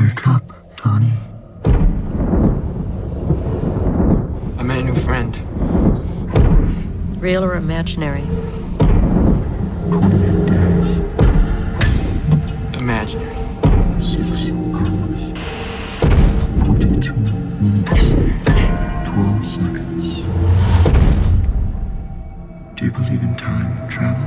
Wake up, Donnie. I met a new friend. Real or imaginary? 28 days, Imaginary. 6 hours, 42 minutes, 12 seconds. Do you believe in time travel?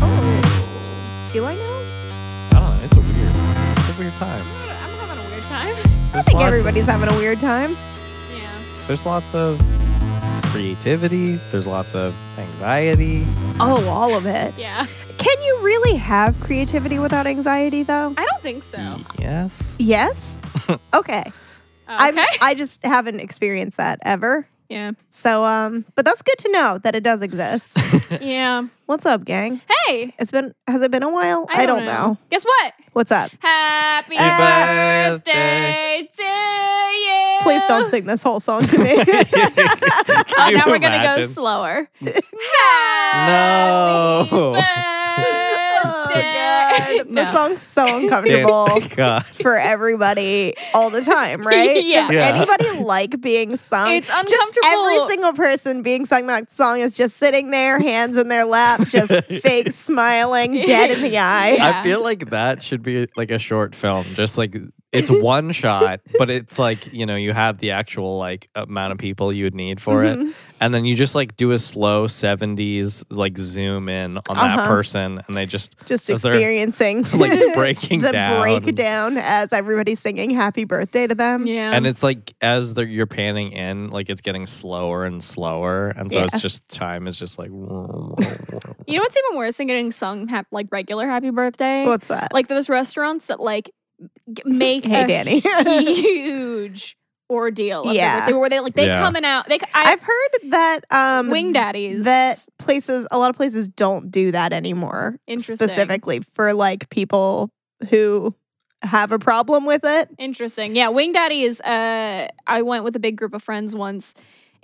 Oh, do I know? I don't know. It's a weird. It's a weird time. I'm having a weird time. There's I think lots of- everybody's having a weird time. Yeah. There's lots of creativity. There's lots of anxiety. Oh, all of it. Yeah. Can you really have creativity without anxiety, though? I don't think so. Okay. Yes. Yes. okay. I'm- I just haven't experienced that ever. yeah. So, um, but that's good to know that it does exist. Yeah. What's up, gang? Hey. It's been has it been a while? I don't, know. Guess what? What's up? Happy Happy birthday to you. Please don't sing this whole song to me. Oh, you now we're gonna go imagine? slower. Happy No. oh, birthday. God. No. This song's so Dude, uncomfortable. God. for everybody all the time, right? Yeah. Does Yeah. anybody like being sung? It's Just every uncomfortable. single person being sung that song is just sitting there, hands in their lap, just fake smiling, dead in the eyes. Yeah. I feel like that should be like a short film. Just like it's one shot, but it's like, you know, you have the actual like amount of people you would need for Mm-hmm. it. And then you just like do a slow 70s like zoom in on that Uh-huh. person and they just Just as they're, experiencing like breaking the down. breakdown as everybody's singing happy birthday to them. Yeah. And it's like as they're, you're panning in, like it's getting slower and slower, and so Yeah. it's just time is just like. you know what's even worse than getting sung hap- like regular happy birthday? What's that? like those restaurants that like g- make Hey, a Danny. huge ordeal. Of Yeah. yeah, where they like they Yeah. coming out. They c- I, I've heard that um wing daddies that places a lot of places don't do that anymore Interesting. specifically for like people who have a problem with it Interesting. Yeah, Wing Daddy is. Uh, I went with a big group of friends once,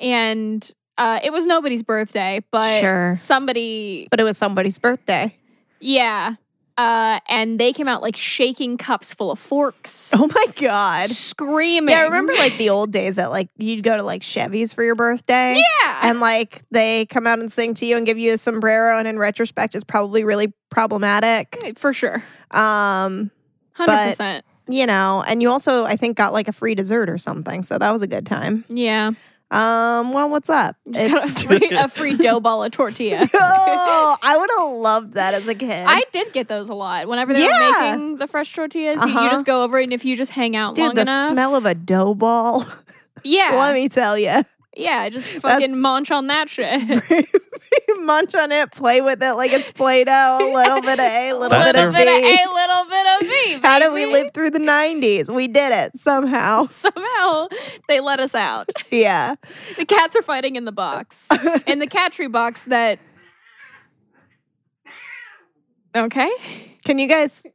and uh, it was nobody's birthday, but Sure. somebody. but it was somebody's birthday Yeah, uh, and they came out like shaking cups full of forks, oh my god screaming. yeah I remember like the old days that like you'd go to like chevy's for your birthday Yeah, and like they come out and sing to you and give you a sombrero and in retrospect it's probably really problematic for sure, um hundred percent. you know and you also i think got like a free dessert or something so that was a good time Yeah, um well what's up just got a It's- free, a free dough ball of tortilla. oh, I would have loved that as a kid. I did get those a lot. Whenever they Yeah. were making the fresh tortillas, you- you, Uh-huh. just go over, and if you just hang out Dude, long the enough, smell of a dough ball. yeah, Let me tell you. yeah, just fucking munch on that shit. Munch on it, play with it like it's Play Doh, a little bit of A, a little That's bit our- of bit of B. A, little bit of B. How did we baby. live through the 90s? We did it somehow. Somehow they let us out. Yeah. The cats are fighting in the box, in the cat tree box that. Okay. Can you guys.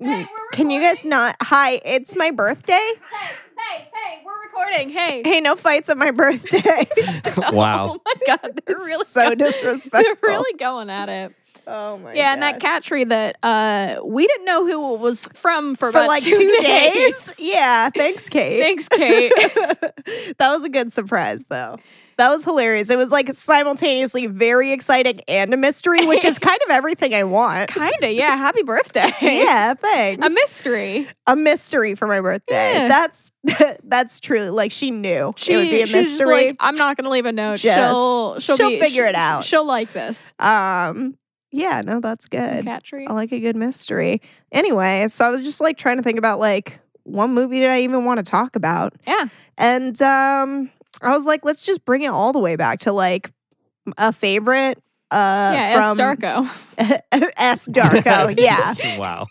hmm, Can you guys not? Hi, it's my birthday. Hey, hey, hey, we're recording. Hey. Hey, no fights at my birthday. wow. Oh my god, they're really so go- disrespectful. They're really going at it. Oh my yeah, and that God. cat tree that uh we didn't know who it was from for, for, about like two, days. Yeah, thanks, Kate. Thanks, Kate. that was a good surprise, though. That was hilarious. It was like simultaneously very exciting and a mystery, which is kind of everything I want. Kinda, yeah. Happy birthday. Yeah, thanks. A mystery. A mystery for my birthday. Yeah. That's that's truly like she knew She, it would be a she's just mystery. like, I'm not gonna leave a note. Just- she'll she'll, she'll be- figure it out. She'll like this. um, yeah, no, that's good. Cat tree. I like a good mystery. Anyway, so I was just like trying to think about like what movie did I even want to talk about? Yeah. And um, I was like, let's just bring it all the way back to like a favorite uh, yeah, from S. Darko. S. Darko. yeah. wow.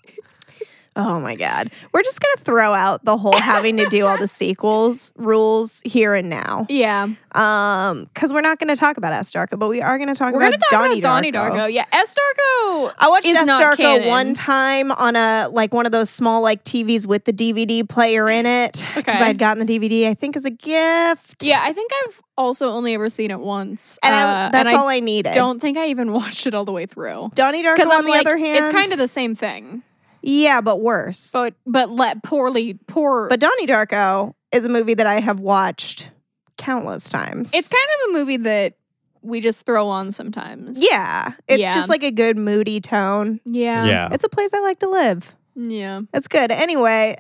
Oh my God. We're just going to throw out the whole having to do all the sequels rules here and now. Yeah. Um, because we're not going to talk about S. Darko, but we are going to talk We're going about to talk Donnie about Donnie Darko. Darko. Yeah. S. Darko. I watched is S. not Darko canon. one time on a like one of those small like TVs with the DVD player in it because Okay. I'd gotten the DVD I think as a gift. Yeah. I think I've also only ever seen it once. and uh, I, that's and all I needed. don't think I even watched it all the way through. Donnie Darko, Because on I'm the like, other hand, it's kind of the same thing, yeah, but worse. but but let poorly poor. But Donnie Darko is a movie that I have watched countless times. it's kind of a movie that we just throw on sometimes. yeah, it's Yeah. just like a good moody tone. Yeah. yeah. It's a place I like to live. Yeah. It's good anyway.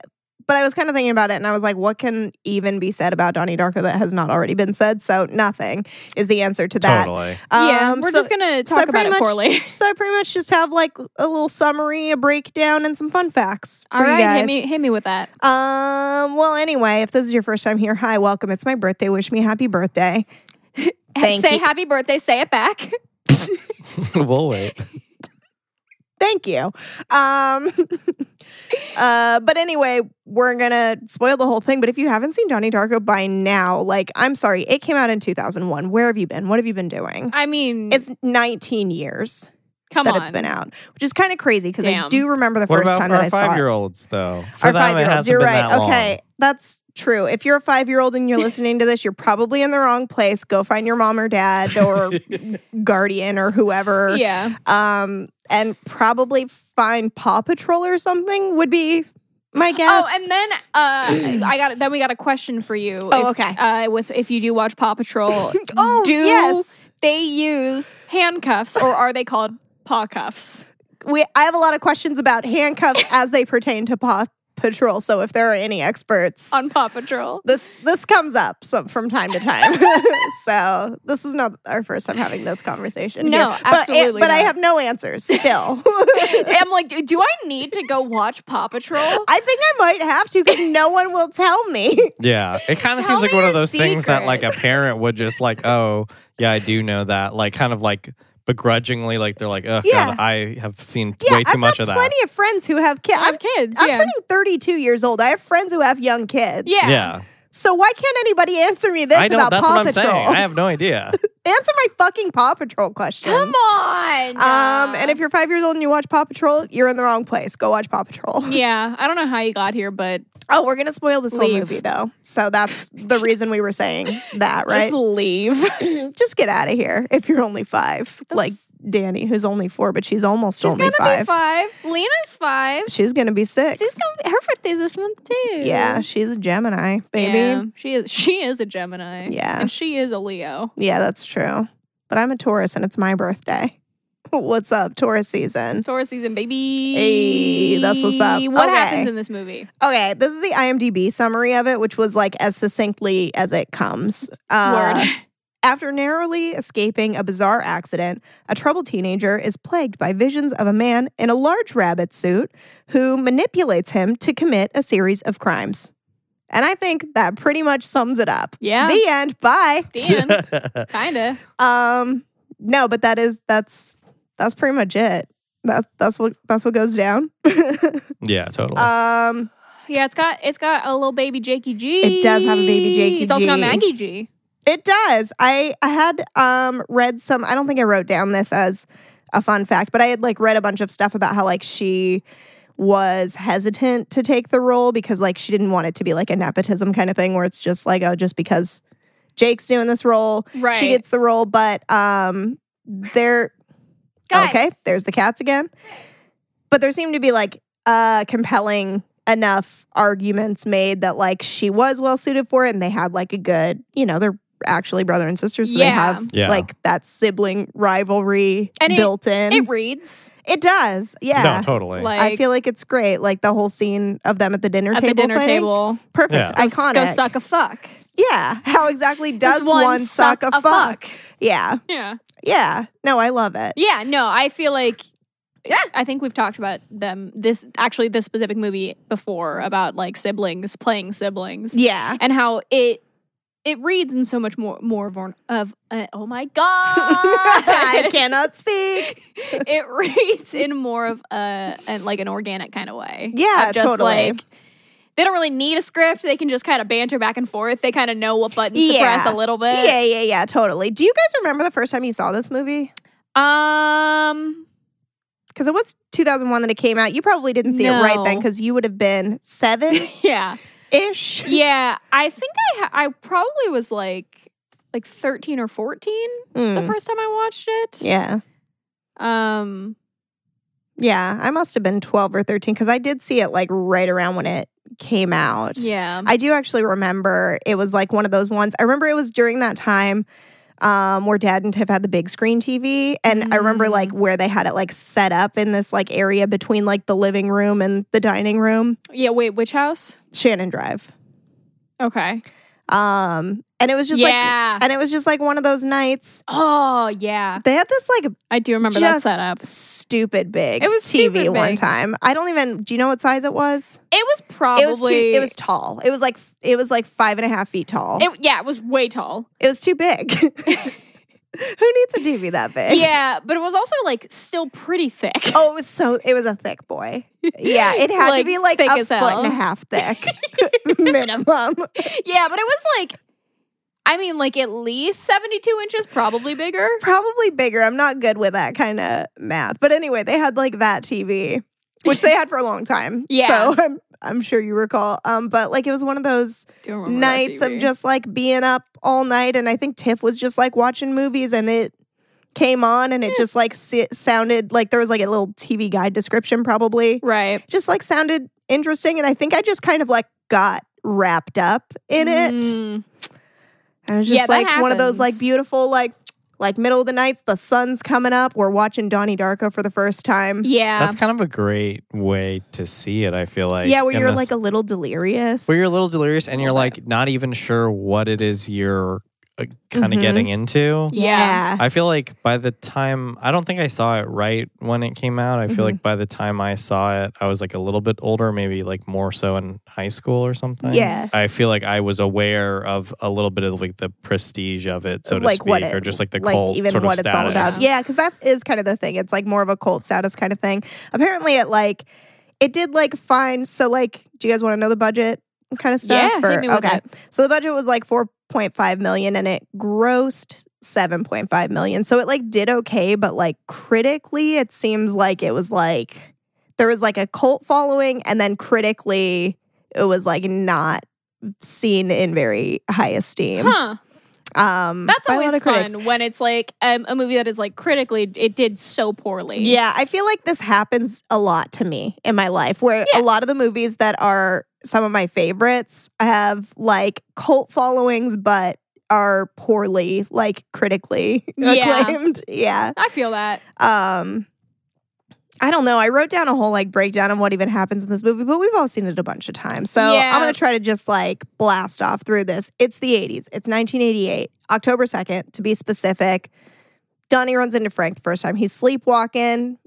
But I was kind of thinking about it, and I was like, "What can even be said about Donnie Darko that has not already been said?" So nothing is the answer to that. Totally. yeah. Um, We're so- just gonna so talk I about pretty it much- poorly. So I pretty much just have like a little summary, a breakdown, and some fun facts. For All you right. guys. Hit me. Hit me with that. Um. Well, anyway, if this is your first time here, hi, welcome. It's my birthday. Wish me happy birthday. Thank say you. happy birthday. Say it back. we'll wait. Thank you. Um. uh. But anyway, we're gonna spoil the whole thing. But if you haven't seen Donnie Darko by now, like, I'm sorry, it came out in 2001. Where have you been? What have you been doing? I mean, It's 19 years Mm. come that on. it's been out, which is kind of crazy because I Damn. do remember the What first about time our that I saw it. five-year-olds, though? For Our them, it five year olds. hasn't You're been right. that long. Okay. That's true. If you're a five year old and you're listening to this, you're probably in the wrong place. Go find your mom or dad or guardian or whoever. Yeah. Um, and probably find Paw Patrol or something would be my guess. Oh, and then uh, I got then we got a question for you. Oh, If, okay. Uh, with if you do watch Paw Patrol, Oh, do yes. they use handcuffs or are they called paw cuffs? we I have a lot of questions about handcuffs as they pertain to Paw Patrol. So if there are any experts on Paw Patrol. this this comes up some, from time to time. so this is not our first time having this conversation. No, here. absolutely But, but I not. have no answers still. I'm like, do, do I need to go watch Paw Patrol? I think I might have to because no one will tell me. Yeah, it kind of Tell seems like me one of your those things that like a secrets. parent would just like, oh yeah, I do know that. Like kind of like begrudgingly, like they're like, oh Yeah. god, I have seen Yeah, way too I've much got of that. plenty of friends who have kids. I have kids. I'm yeah. turning 32 years old. I have friends who have young kids. yeah. yeah, So why can't anybody answer me this I don't. about That's Paw what I'm Patrol? saying. I have no idea. answer my fucking Paw Patrol question. Come on. Um, and if you're five years old and you watch Paw Patrol, you're in the wrong place. Go watch Paw Patrol. yeah, I don't know how you got here, but Oh, we're gonna spoil this whole Leave. movie though. So that's the reason we were saying that, right? just leave. Just, get out of here if you're only five, like Danny, who's only four, but she's almost She's only gonna five. be five. Lena's five. She's gonna be six. She's gonna, her birthday's this month too. yeah, she's a Gemini, baby. Yeah, Yeah. she is. She is a Gemini. Yeah. and she is a Leo. that's true. But I'm a Taurus and it's my birthday. What's up, Taurus season? Taurus season, baby. Hey, that's what's up. What Okay. happens in this movie? Okay, this is the IMDb summary of it, which was like as succinctly as it comes. Uh, Word. After narrowly escaping a bizarre accident, a troubled teenager is plagued by visions of a man in a large rabbit suit who manipulates him to commit a series of crimes. And I think that pretty much sums it up. Yeah. The end. Bye. The end. Kinda. Um no, but that is that's that's pretty much it. That's that's what that's what goes down. yeah, totally. um Yeah, it's got it's got a little baby Jakey G. It does have a baby Jakey It's also got G. Maggie G. It does. I I had um read some I don't think I wrote down this as a fun fact, but I had like read a bunch of stuff about how like she was hesitant to take the role because like she didn't want it to be like a nepotism kind of thing where it's just like oh just because Jake's doing this role, Right. she gets the role, but um there Guys. okay, there's the cats again. But there seemed to be like uh compelling enough arguments made that like she was well suited for it and they had like a good, you know, they're actually brother and sister, so they Yeah. have Yeah. like that sibling rivalry And it- built in. It reads It does. Yeah. no, totally. like I feel like it's great. Like the whole scene of them at the dinner at table. the dinner fighting. table. Perfect. Yeah. Go, Iconic. go suck a fuck. Yeah. How exactly does Does one, one suck, suck a, a fuck? fuck? Yeah. Yeah. Yeah. No, I love it. Yeah. No, I feel like. Yeah. I think we've talked about them this actually this specific movie before about like siblings playing siblings. Yeah. and how it it reads in so much more more of, an- of uh, oh my god I cannot speak. it reads in more of a, an- like an organic kind of way. Yeah, Of just totally. like they don't really need a script. They can just kind of banter back and forth. They kind of know what buttons to Yeah. press a little bit. Yeah, yeah, yeah, totally. Do you guys remember the first time you saw this movie? Um. Because it was 2001 that it came out. You probably didn't see it right then No. because you would have been seven Yeah. ish. Yeah. I think I ha- I probably was like like thirteen or fourteen the first time I watched it. Hmm. Yeah. Um. Yeah. I must have been 12 or 13 because I did see it like right around when it came out. Yeah. I do actually remember it was like one of those ones. I remember it was during that time um, where dad and Tiff had the big screen TV. And I remember Mm. like where they had it like set up in this like area between like the living room and the dining room, yeah. Wait. Which house? Shannon Drive. Okay. Um, and it was just like, yeah. and it was just like one of those nights. oh yeah. They had this like I do remember just that setup. stupid big It was TV stupid one big. time. I don't even. Do you know what size it was? It was probably It was too, it was tall. It was like it was like five and a half feet tall. It, It, yeah, it was way tall. was too big. Who needs a TV that big? Yeah, but it was also like still pretty thick. Oh, it was so. It was a thick boy. Yeah, it had to Like, be like thick a as foot and a hell. half thick minimum. Yeah, but it was like, I mean, like at least 72 inches, probably bigger. Probably bigger. I'm not good with that kind of math. But anyway, they had like that TV, which they had for a long time. Yeah. So I'm I'm sure you recall. Um, but like it was one of those Do you remember that nights of TV? just like being up all night and i think tiff was just like watching movies and it came on and it just like si- sounded like there was like a little tv guide description probably Right. just like sounded interesting and i think i just kind of like got wrapped up in it Mm-hmm. Mm, i was Yeah, just that like one of those like happens. beautiful like like middle of the nights the sun's coming up we're watching donnie darko for the first time yeah. That's kind of a great way to see it. I feel like um, yeah where in you're this- like a little delirious where you're a little delirious and you're like not even sure what it is you're uh, kind of Mhm. getting into. yeah. I feel like by the time I don't think I saw it right when it came out. I feel like Mm-hmm. by the time I saw it, I was like a little bit older, maybe like more so in high school or something. Yeah. I feel like I was aware of a little bit of like the prestige of it, so to like speak, what it, or just like the like cult even sort what of it's all status. about. Yeah, because that is kind of the thing. It's like more of a cult status kind of thing. Apparently, it like it did like find so like. Do you guys want to know the budget kind of stuff? Yeah, hit me with it. So the budget was like four point five million, and it grossed seven point five million. So it like did okay, but like critically, it seems like it was like there was like a cult following, and then critically, it was like not seen in very high esteem. Huh. Um, That's by a lot always of critics. fun when it's like um, a movie that is like critically, it did so poorly. Yeah, I feel like this happens a lot to me in my life where a Yeah. lot of the movies that are some of my favorites have like cult followings but are poorly like critically Yeah. acclaimed. Yeah. I feel that. Um I don't know. I wrote down a whole like breakdown of what even happens in this movie, but we've all seen it a bunch of times. So Yeah. I'm going to try to just like blast off through this. It's the 80s. It's 1988, October 2nd, to be specific. Donnie runs into Frank the first time. He's sleepwalking.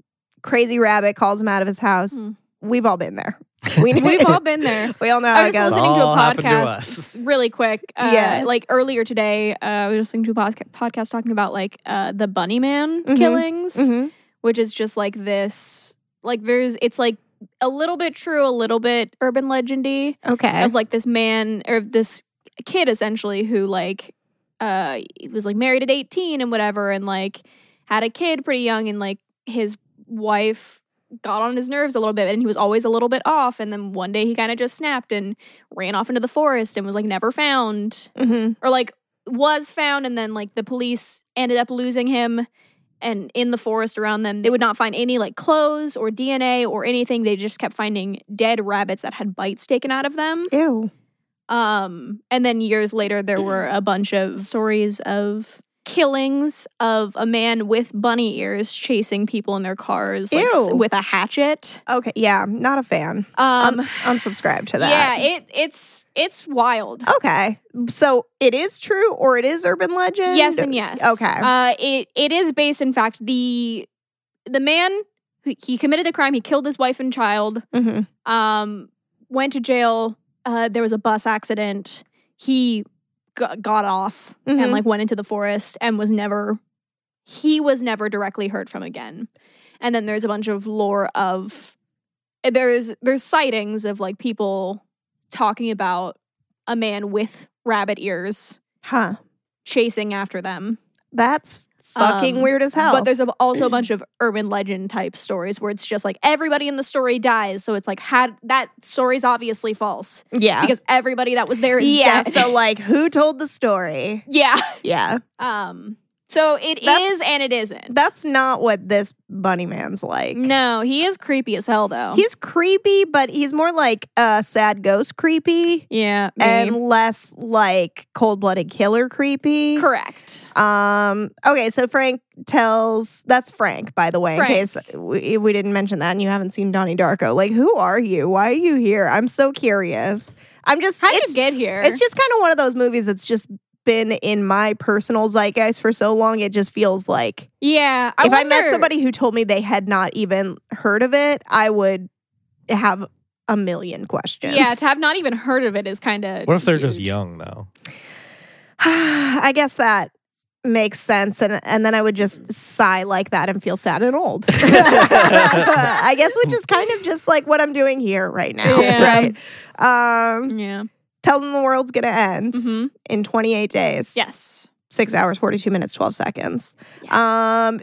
Crazy rabbit calls him out of his house. Hmm. We've all been there. We, We've all been there. we all know how I it was just goes. listening to a All happened to podcast us. s- really quick. Uh, Yeah. Like earlier today, uh, I was listening to a podca- podcast talking about like uh, the Bunny Man Mhm. killings, Mhm. which is just like this. Like there's, it's like a little bit true, a little bit urban legendy Okay. of like this man or this kid essentially who like uh he was like married at 18 and whatever and like had a kid pretty young and like his wife got on his nerves a little bit and he was always a little bit off and then one day he kind of just snapped and ran off into the forest and was like never found Mhm. or like was found and then like the police ended up losing him and in the forest around them they would not find any like clothes or dna or anything they just kept finding dead rabbits that had bites taken out of them Ew. um, and then years later, there were Mm-hmm. a bunch of stories of killings of a man with bunny ears chasing people in their cars like, s- Ew. with a hatchet. Okay. Yeah. Not a fan. Um, Un- unsubscribe to that. yeah, it it's it's wild. Okay. So it is true or it is urban legend? Yes and yes. Okay. Uh, it it is based, in fact, the the man who he committed a crime. He killed his wife and child. hmm um, went to jail. Uh, there was a bus accident. He g- got off Mhm. and like went into the forest and was never he was never directly heard from again. And then there's a bunch of lore of there's there's sightings of like people talking about a man with rabbit ears Huh. chasing after them. That's fucking Um, weird as hell. But there's a, also a bunch of urban legend type stories where it's just like everybody in the story dies, so it's like had that story's obviously false yeah. because everybody that was there is yeah. dead. So like who told the story? yeah. Yeah. Um. So it is That's- and it isn't. That's not what this bunny man's like. no, he is creepy as hell though. He's creepy, but he's more like a sad ghost creepy yeah. me. and less like cold blooded killer creepy. correct. Um. Okay. So Frank tells that's Frank, by the way, Frank. in case we, we didn't mention that, and you haven't seen Donnie Darko. Like, who are you? Why are you here? I'm so curious. I'm just. How did it's, you get here? it's just kind of one of those movies that's just been in my personal zeitgeist for so long. It just feels like yeah. I if I met wonder- somebody who told me they had not even heard of it, I would have a million questions. yeah, to have not even heard of it is kind of. What if they're just young though? I guess that makes sense and and then I would just sigh like that and feel sad and old. I guess which is kind of just like what I'm doing here right now, Yeah. right? Um Yeah. tells them the world's going to end hmm in 28 days. Yes. 6 hours 42 minutes 12 seconds. Um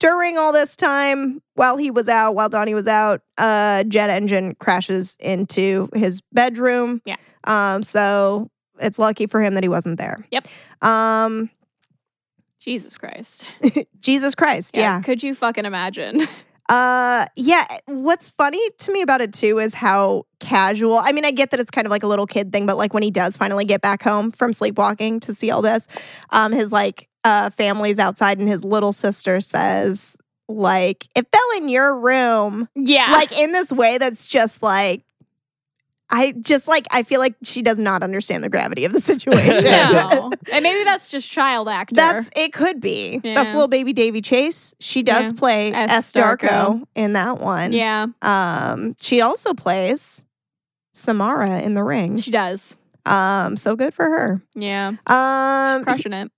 during all this time while he was out, while Donnie was out, a jet engine crashes into his bedroom. Yeah. Um so it's lucky for him that he wasn't there. Yep. Um Jesus Christ. Jesus Christ. Yeah. Could you fucking imagine? Uh yeah, what's funny to me about it too is how casual. I mean, I get that it's kind of like a little kid thing, but like when he does finally get back home from sleepwalking to see all this, um his like uh family's outside and his little sister says like it fell in your room yeah. like in this way that's just like I just like I feel like she does not understand the gravity of the situation. no. and maybe that's just child actor. That's it. Could be that's Yeah. little baby Davy Chase. She does Yeah. play S. S. Darko. Darko. in that one. yeah. Um, she also plays Samara in The Ring. She does. Um, so good for her. Yeah. Um, Crushing it.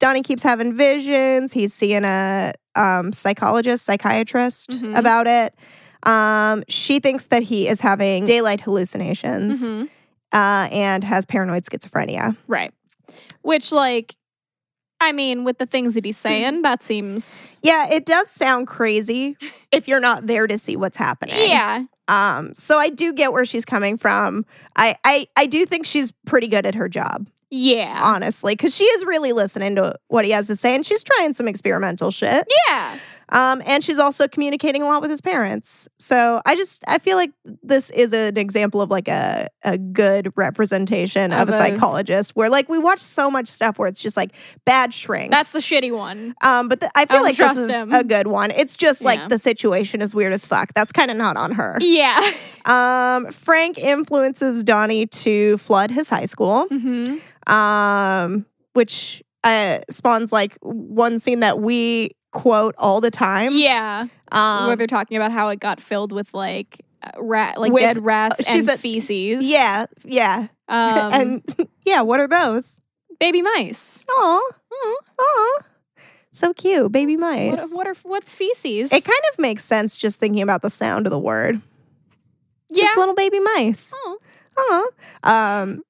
Donnie keeps having visions. He's seeing a um, psychologist, psychiatrist Mhm. about it. Um, she thinks that he is having daylight hallucinations Mhm. uh, and has paranoid schizophrenia. Right. Which, like, I mean, with the things that he's saying, that seems. Yeah, it does sound crazy if you're not there to see what's happening. Yeah. Um, so I do get where she's coming from. I I, I do think she's pretty good at her job, Yeah. honestly, because she is really listening to what he has to say and she's trying some experimental shit. Yeah. Um, and she's also communicating a lot with his parents. So I just I feel like this is an example of like a a good representation of, Of a a- psychologist where like we watch so much stuff where it's just like bad shrinks. That's the shitty one. um, but th- I feel don't like this trust is him. a good one. It's just like Yeah. the situation is weird as fuck. That's kind of not on her. Yeah. Um, Frank influences Donnie to flood his high school, hmm um, which uh, spawns like one scene that we quote all the time. Yeah. Where Um, they're talking about how it got filled with, like, uh, rat, like With- dead rats she and said- feces. yeah, yeah, Um, and and yeah. What are those? baby mice. Aw, Oh, aw, so cute, baby mice. what, what are what's feces? it kind of makes sense just thinking about the sound of the word. yeah. Just little baby mice. Oh. Aw. Um,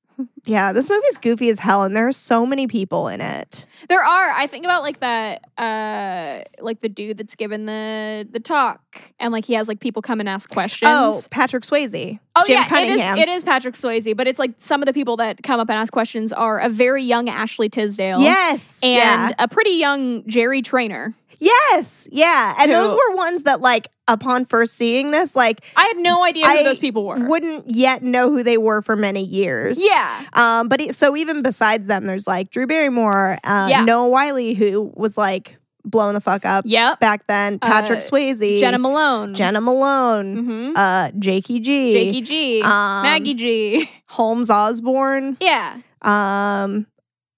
yeah, this movie's goofy as hell, and there are so many people in it. There are. I think about like that, uh, like the dude that's given the the talk, and like he has like people come and ask questions. Oh, Patrick Swayze. Oh, Jim yeah, Cunningham. it is. It is Patrick Swayze, but it's like some of the people that come up and ask questions are a very young Ashley Tisdale, Yes. and uh, yeah. a pretty young Jerry Trainer. Yes. Yeah. And Who- those were ones that, like, upon first seeing this, like, I had no idea who I those people were. wouldn't yet know who they were for many years. yeah, Um, but it, so even besides them, there's like Drew Barrymore, uh, Yeah. Noah Wiley, who was like blowing the fuck up yep. back then, Uh, Patrick Swayze, Jenna Malone, Jenna Malone, hmm uh, Jakey G, Jakey G, um, Maggie G. Holmes Osborne. yeah, Um,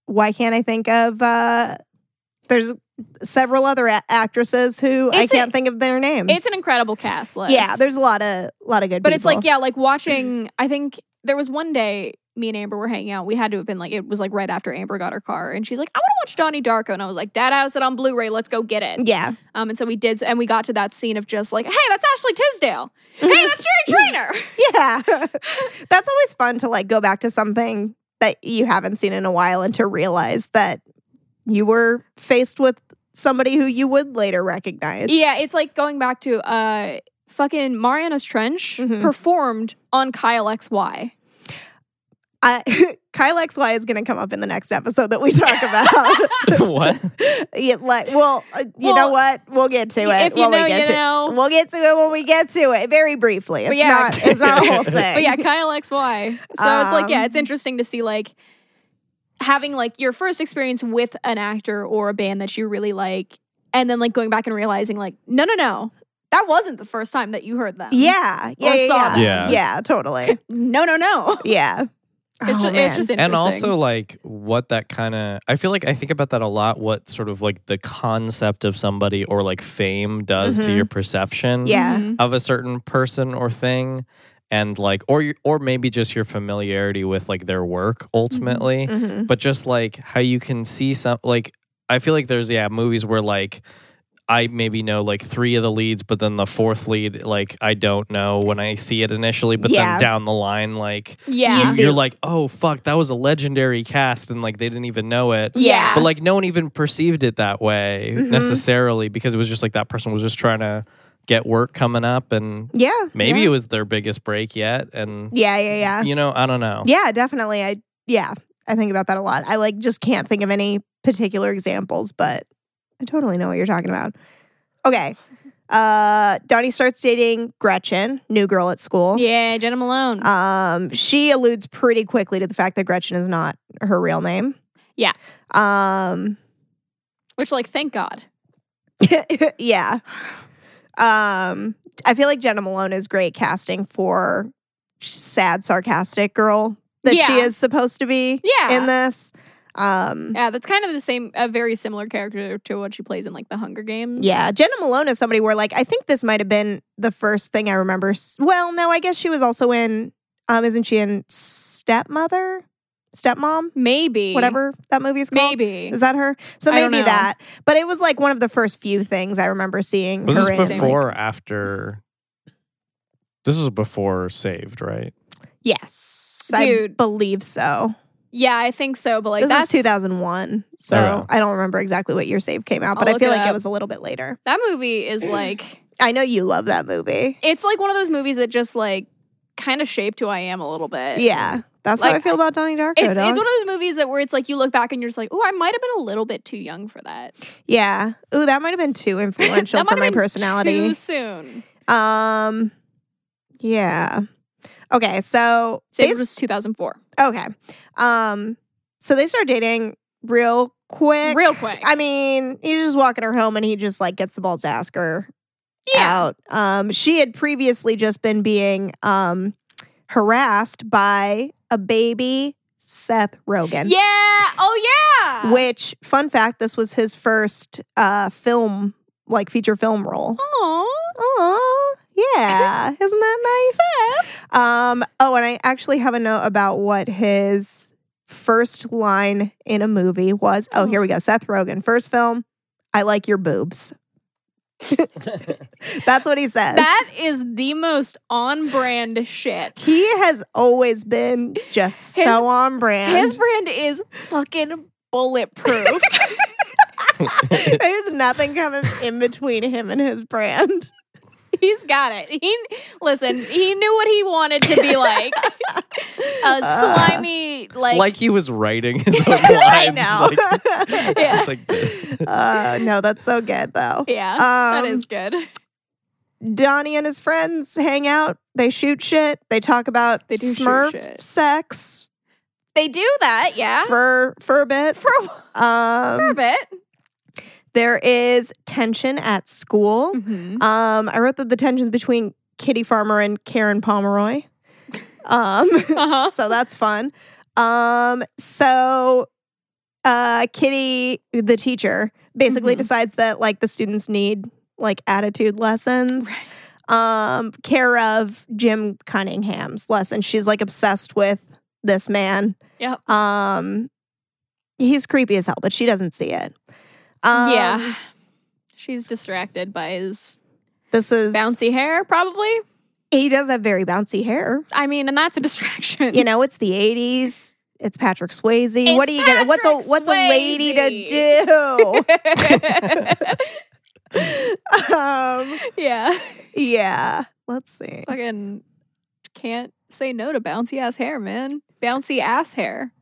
why can't I think of? Uh, there's several other a- actresses who I It's a- can't think of their names. it's an incredible cast list. yeah. There's a lot of lot of good, but people. it's like yeah, like watching. I think there was one day me and Amber were hanging out, we had to have been like, it was like right after Amber got her car. And she's like, I want to watch Donnie Darko. And I was like, Dad has it on Blu ray. Let's go get it. Yeah. Um, and so we did. And we got to that scene of just like, hey, that's Ashley Tisdale. Hey, that's Jerry Trainer. Yeah. That's always fun to like go back to something that you haven't seen in a while and to realize that you were faced with somebody who you would later recognize. Yeah, it's like going back to uh fucking Mariana's Trench Mhm. performed on Kyle XY. I, Kyle XY is going to come up in the next episode that we talk about. what? Yeah, like, well, uh, you know Well, what? We'll get to it if you when know, we get you to know. We'll get to it when we get to it. Very briefly. It's But yeah. not it's not a whole thing. But yeah, Kyle XY. So it's like yeah, Um, it's interesting to see like having like your first experience with an actor or a band that you really like and then like going back and realizing like no no no. That wasn't the first time that you heard them. Yeah. Yeah. Or yeah, saw yeah. them. Yeah. Yeah, totally. No no no. Yeah. It's, Oh, just, it's man. just interesting. and also like what that kind of i feel like i think about that a lot what sort of like the concept of somebody or like fame does to Mhm. your perception yeah. Mhm. of a certain person or thing and like or you- or maybe just your familiarity with like their work Mm-hmm. ultimately Mhm. but just like how you can see some like i feel like there's yeah movies where like i maybe know like three of the leads but then the fourth lead like i don't know when i see it initially but Yeah. then down the line like You yeah. you- see- you're like, oh fuck, that was a legendary cast, and like they didn't even know it. Yeah. But like no one even perceived it that way Mhm. necessarily because it was just like that person was just trying to get work coming up, and Yeah. maybe Yeah. it was their biggest break yet, and Yeah, yeah, yeah. you know, I don't know. Yeah, definitely. I yeah, I think about that a lot. I like just can't think of any particular examples, but I totally know what you're talking about. Okay. Uh Donnie starts dating Gretchen, new girl at school. yeah, Jenna Malone. Um she alludes pretty quickly to the fact that Gretchen is not her real name. Yeah. Um which like thank God. yeah. Um, I feel like Jenna Malone is great casting for sad, sarcastic girl that she Yeah. is supposed to be Yeah. in this. Um, Yeah, that's kind of the same, a very similar character to what she plays in like the Hunger Games. yeah, Jenna Malone is somebody where, like, I think this might have been the first thing I remember. s- Well, no, I guess she was also in, um, isn't she in Stepmother, Stepmom, maybe whatever that movie is called? Maybe Is that her? So I don't maybe know. that. But it was like one of the first few things I remember seeing. Was her this in. Interesting. before or after? This was before Saved, right? Yes, I Dude. believe so. yeah, I think so. But like this that's is 2001, so Oh, wow. I don't remember exactly what year Save came out, but I'll I feel look it like it up. was a little bit later. That movie is like I know you love that movie. it's like one of those movies that just like kind of shaped who I am a little bit. Yeah, that's how I Like, feel about Donnie Darko. It's, it's one dog. of those movies that where it's like you look back and you're just like, oh, I might have been a little bit too young for that. yeah. Ooh, that might have been too influential that might for have my been personality. too soon. Um, yeah. Okay, so Saved they- was 2004, okay, um, so they start dating real quick. real quick. I mean, he's just walking her home, and he just like gets the balls to ask her yeah, out. Um, she had previously just been being um, harassed by a baby Seth Rogen. yeah, oh yeah. Which, fun fact, this was his first uh, film, like feature film role. Aw, Oh, yeah. Isn't that nice? Seth. Um, oh, and I actually have a note about what his first line in a movie was. Oh, here we go. Seth Rogen, first film. I like your boobs. That's what he says. That is the most on brand shit. He has always been just His- so on brand. His brand is fucking bulletproof. There's nothing coming in between him and his brand. He's got it. He listen. He knew what he wanted to be like. A Uh, slimy, like, Like, he was writing his own lines. I know. Like, Yeah. it's like this. uh, no, that's so good though. yeah, um, that is good. Donnie and his friends hang out. They shoot shit. They talk about They do shoot Smurf shit. sex They do that, yeah, for, for for a bit. for, a- for a Um, bit. there is tension at school. Mm-hmm. Um, I wrote that the tensions between Kitty Farmer and Karen Pomeroy. Um, Uh-huh. so that's fun. Um, so uh, Kitty, the teacher, basically Mhm. decides that like the students need like attitude lessons. Um, care of Jim Cunningham's lesson. She's like obsessed with this man. Yep. Um, he's creepy as hell, but she doesn't see it. Um, yeah. She's distracted by his This is bouncy hair, probably. He does have very bouncy hair. I mean, and that's a distraction. You know, it's the '80s. It's Patrick Swayze. It's what are you gonna? What's Patrick a what's a lady Swayze. to do? um, yeah. yeah. Let's see. Fucking can't say no to bouncy ass hair, man. Bouncy ass hair.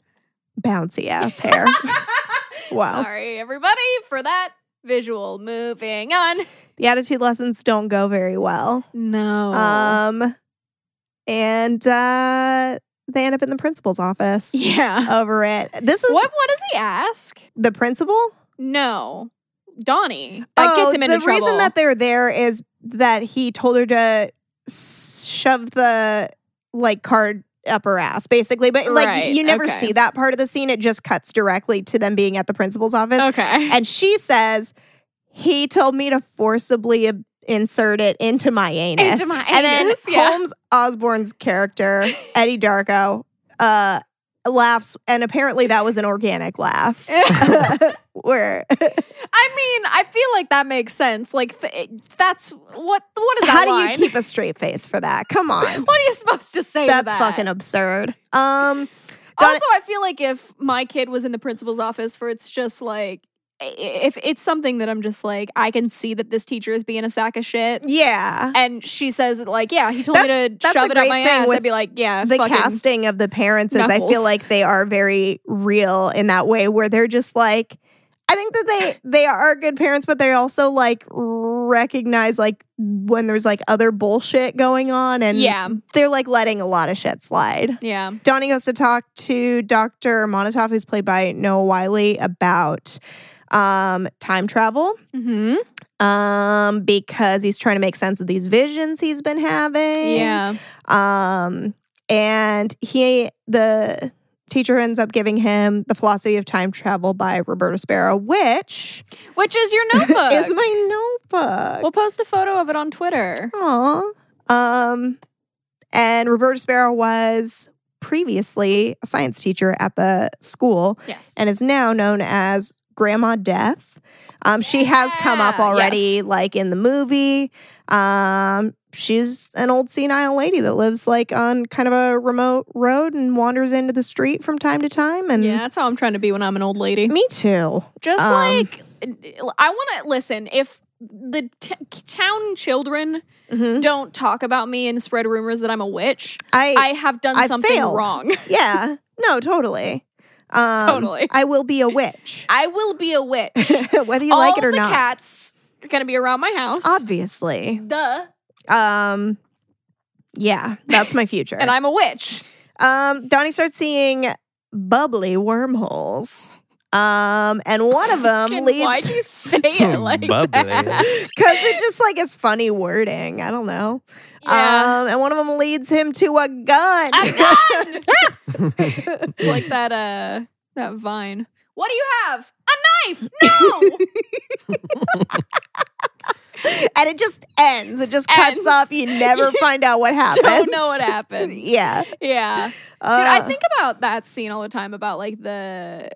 Bouncy ass hair. wow. Sorry, everybody, for that visual. Moving on. The attitude lessons don't go very well. No. Um, and uh, they end up in the principal's office yeah. over it. uh, This is what what does he ask? the principal. No. Donnie. That gets him into Oh, the trouble. reason that they're there is that he told her to s- shove the like card up her ass, basically. But like Right, you never okay. see that part of the scene. It just cuts directly to them being at the principal's office, okay. and she says, "He told me to forcibly." ab- Insert it into my anus. Into my And then anus, yeah. Holmes Osborne's character, Eddie Darko, uh, laughs, and apparently that was an organic laugh. Where I mean, I feel like that makes sense. Like th- that's what what is that how do line? you keep a straight face for that? Come on, what are you supposed to say? to that's that? fucking absurd. Um, Also, I feel like if my kid was in the principal's office for it's just like i- if it's something that I'm just like I can see that this teacher is being a sack of shit. yeah, And she says that, like, yeah, he told That's- me to that's shove a it up great my thing ass. with I'd be like, yeah, the fucking, casting of the parents is I feel Knuckles. like they are very real in that way, where they're just like, I think that they they are good parents, but they also like recognize like when there's like other bullshit going on, and Yeah, they're like letting a lot of shit slide. yeah. Donnie goes to talk to Dr. Monatoff, who's played by Noah Wiley, about um, time travel Mm-hmm. um, because he's trying to make sense of these visions he's been having. Yeah. Um, and he, the teacher ends up giving him The Philosophy of Time Travel by Roberta Sparrow, which Which is your notebook. is my notebook. we'll post a photo of it on Twitter. Aw. Um, and Roberta Sparrow was previously a science teacher at the school Yes. and is now known as Grandma Death. Um, she has come up Yeah, already, like in the movie. Um, she's an old senile lady that lives like on kind of a remote road and wanders into the street from time to time. And yeah, that's how I'm trying to be when I'm an old lady. me too. Just Um, like I want to listen. If the t- town children Mhm. don't talk about me and spread rumors that I'm a witch, I, I have done I something failed. wrong. yeah, no, totally. Um, Totally. I will be a witch. I will be a witch. whether you All like it or the not. Ah, cats are gonna be around my house. Obviously. Duh. Um yeah, that's my future. And I'm a witch. um Donnie starts seeing bubbly wormholes. Um and one of them Fucking Why'd leads you say it like "Hmm, Bubbly. that? cuz it just like is funny wording. I don't know. Yeah. Um and one of them leads him to a gun. A gun! it's like that uh that vine. What do you have? A knife! No! and it just ends. It just Ends. cuts off. You never find out what happened. Don't know what happened. yeah. Uh, Yeah. Dude, I think about that scene all the time about like the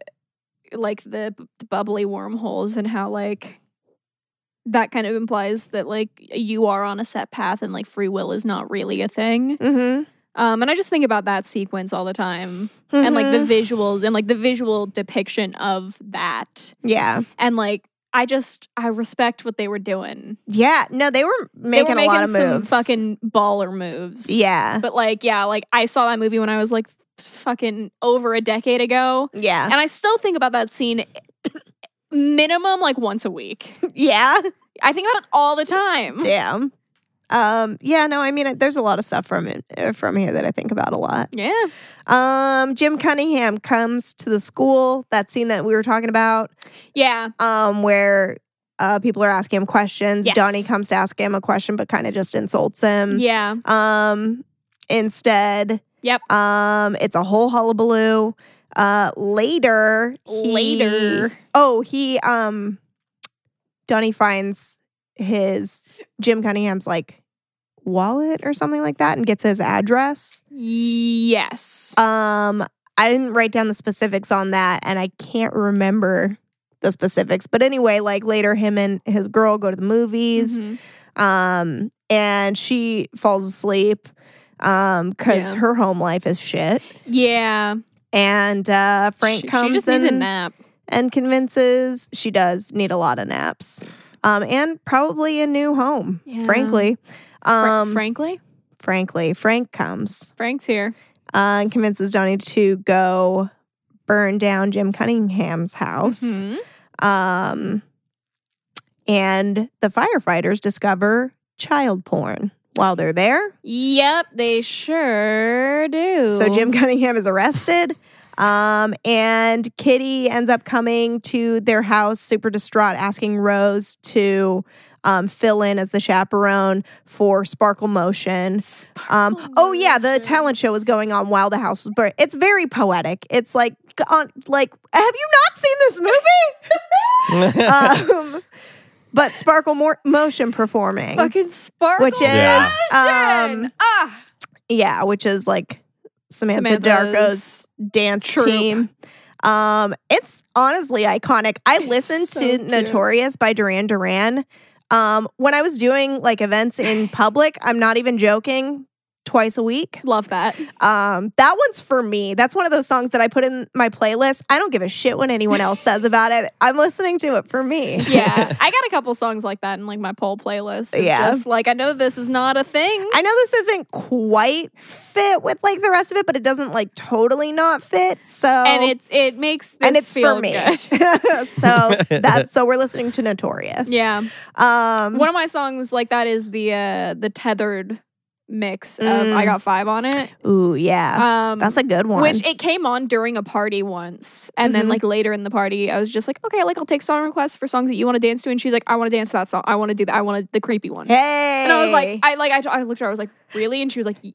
like the b- bubbly wormholes and how like that kind of implies that like you are on a set path and like free will is not really a thing. mm Um and I just think about that sequence all the time and like Mm-hmm. the visuals and like the visual depiction of that. Mm-hmm. yeah And like I just I respect what they were doing. yeah no they were They making, were a lot of some moves fucking baller moves. yeah But like, yeah, like I saw that movie when I was like fucking over a decade ago. yeah And I still think about that scene minimum like once a week. yeah I think about it all the time. Damn. Um, yeah, no, I mean, it- there's a lot of stuff from it, uh, from here that I think about a lot. Yeah. Um, Jim Cunningham comes to the school. That scene that we were talking about, Yeah. um, where uh, people are asking him questions. Yes. Donnie comes to ask him a question, but kind of just insults him. Yeah. Um, instead, Yep. Um, it's a whole hullabaloo. Uh, later, he- Later. Oh, he um Donnie finds his Jim Cunningham's like wallet or something like that and gets his address. Yes. Um, I didn't write down the specifics on that, and I can't remember the specifics. But anyway, like later, him and his girl go to the movies, Mhm. um, and she falls asleep um because Yeah. her home life is shit. Yeah. And uh, Frank she, she comes just and needs a nap. and convinces she does need a lot of naps, um, and probably a new home. Yeah. Frankly, Fra- um, frankly, frankly, Frank comes Frank's here. uh, and convinces Johnny to go burn down Jim Cunningham's house. Mhm. Um, and the firefighters discover child porn while they're there. Yep, they S- sure do. So Jim Cunningham is arrested. Um, and Kitty ends up coming to their house, super distraught, asking Rose to um, fill in as the chaperone for Sparkle Motion. Um, oh yeah, the Motion. talent show was going on while the house was burning. It's very poetic. It's like, on, like, have you not seen this movie? um, but Sparkle Mo- Motion performing, fucking sparkle, which is Yeah. Motion! um, ah, yeah, which is like Samantha Darko's Samantha's dance troupe. team. Um, it's honestly iconic. I It's listened so to cute. Notorious by Duran Duran. Um, when I was doing like events in public, I'm not even joking, twice a week. love that. Um, that one's for me. That's one of those songs that I put in my playlist. I don't give a shit what anyone else says about it. I'm listening to it for me. Yeah, I got a couple songs like that in like my poll playlist. It's Yeah. just like I know this is not a thing. I know this isn't quite fit with like the rest of it, but it doesn't like totally not fit. So and it's it makes this Oh. and it's feel for me. good. so that's so we're listening to Notorious. yeah, Um. one of my songs like that is the uh the tethered mix of Mm. I got five on it. ooh, yeah. Um, that's a good one. Which it came on during a party once. And then Mhm. like later in the party, I was just like, okay, like I'll take song requests for songs that you want to dance to. And she's like, I want to dance to that song. I want to do that. I wanted the creepy one. hey. And I was like, I like I, t- I looked at her, I was like, really? And she was like, "Y-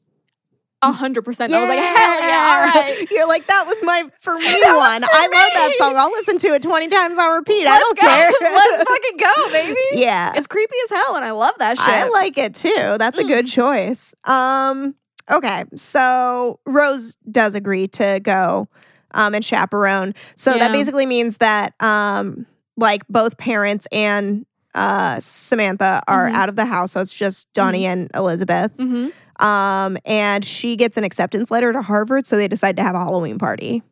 a hundred percent. I was like, hell yeah, all right. You're like, that was my for me one. That was for I love that me. song. I'll listen to it 20 times on repeat. I Let's don't go. care. Let's fucking go, baby. yeah. It's creepy as hell, and I love that shit. I like it too. That's a Mm. good choice. Um, okay, so Rose does agree to go um, and chaperone. So that Yeah. basically means that um, like both parents and uh, Samantha are Mhm. out of the house. So it's just Donnie and Elizabeth. hmm Um, and she gets an acceptance letter to Harvard. So they decide to have a Halloween party.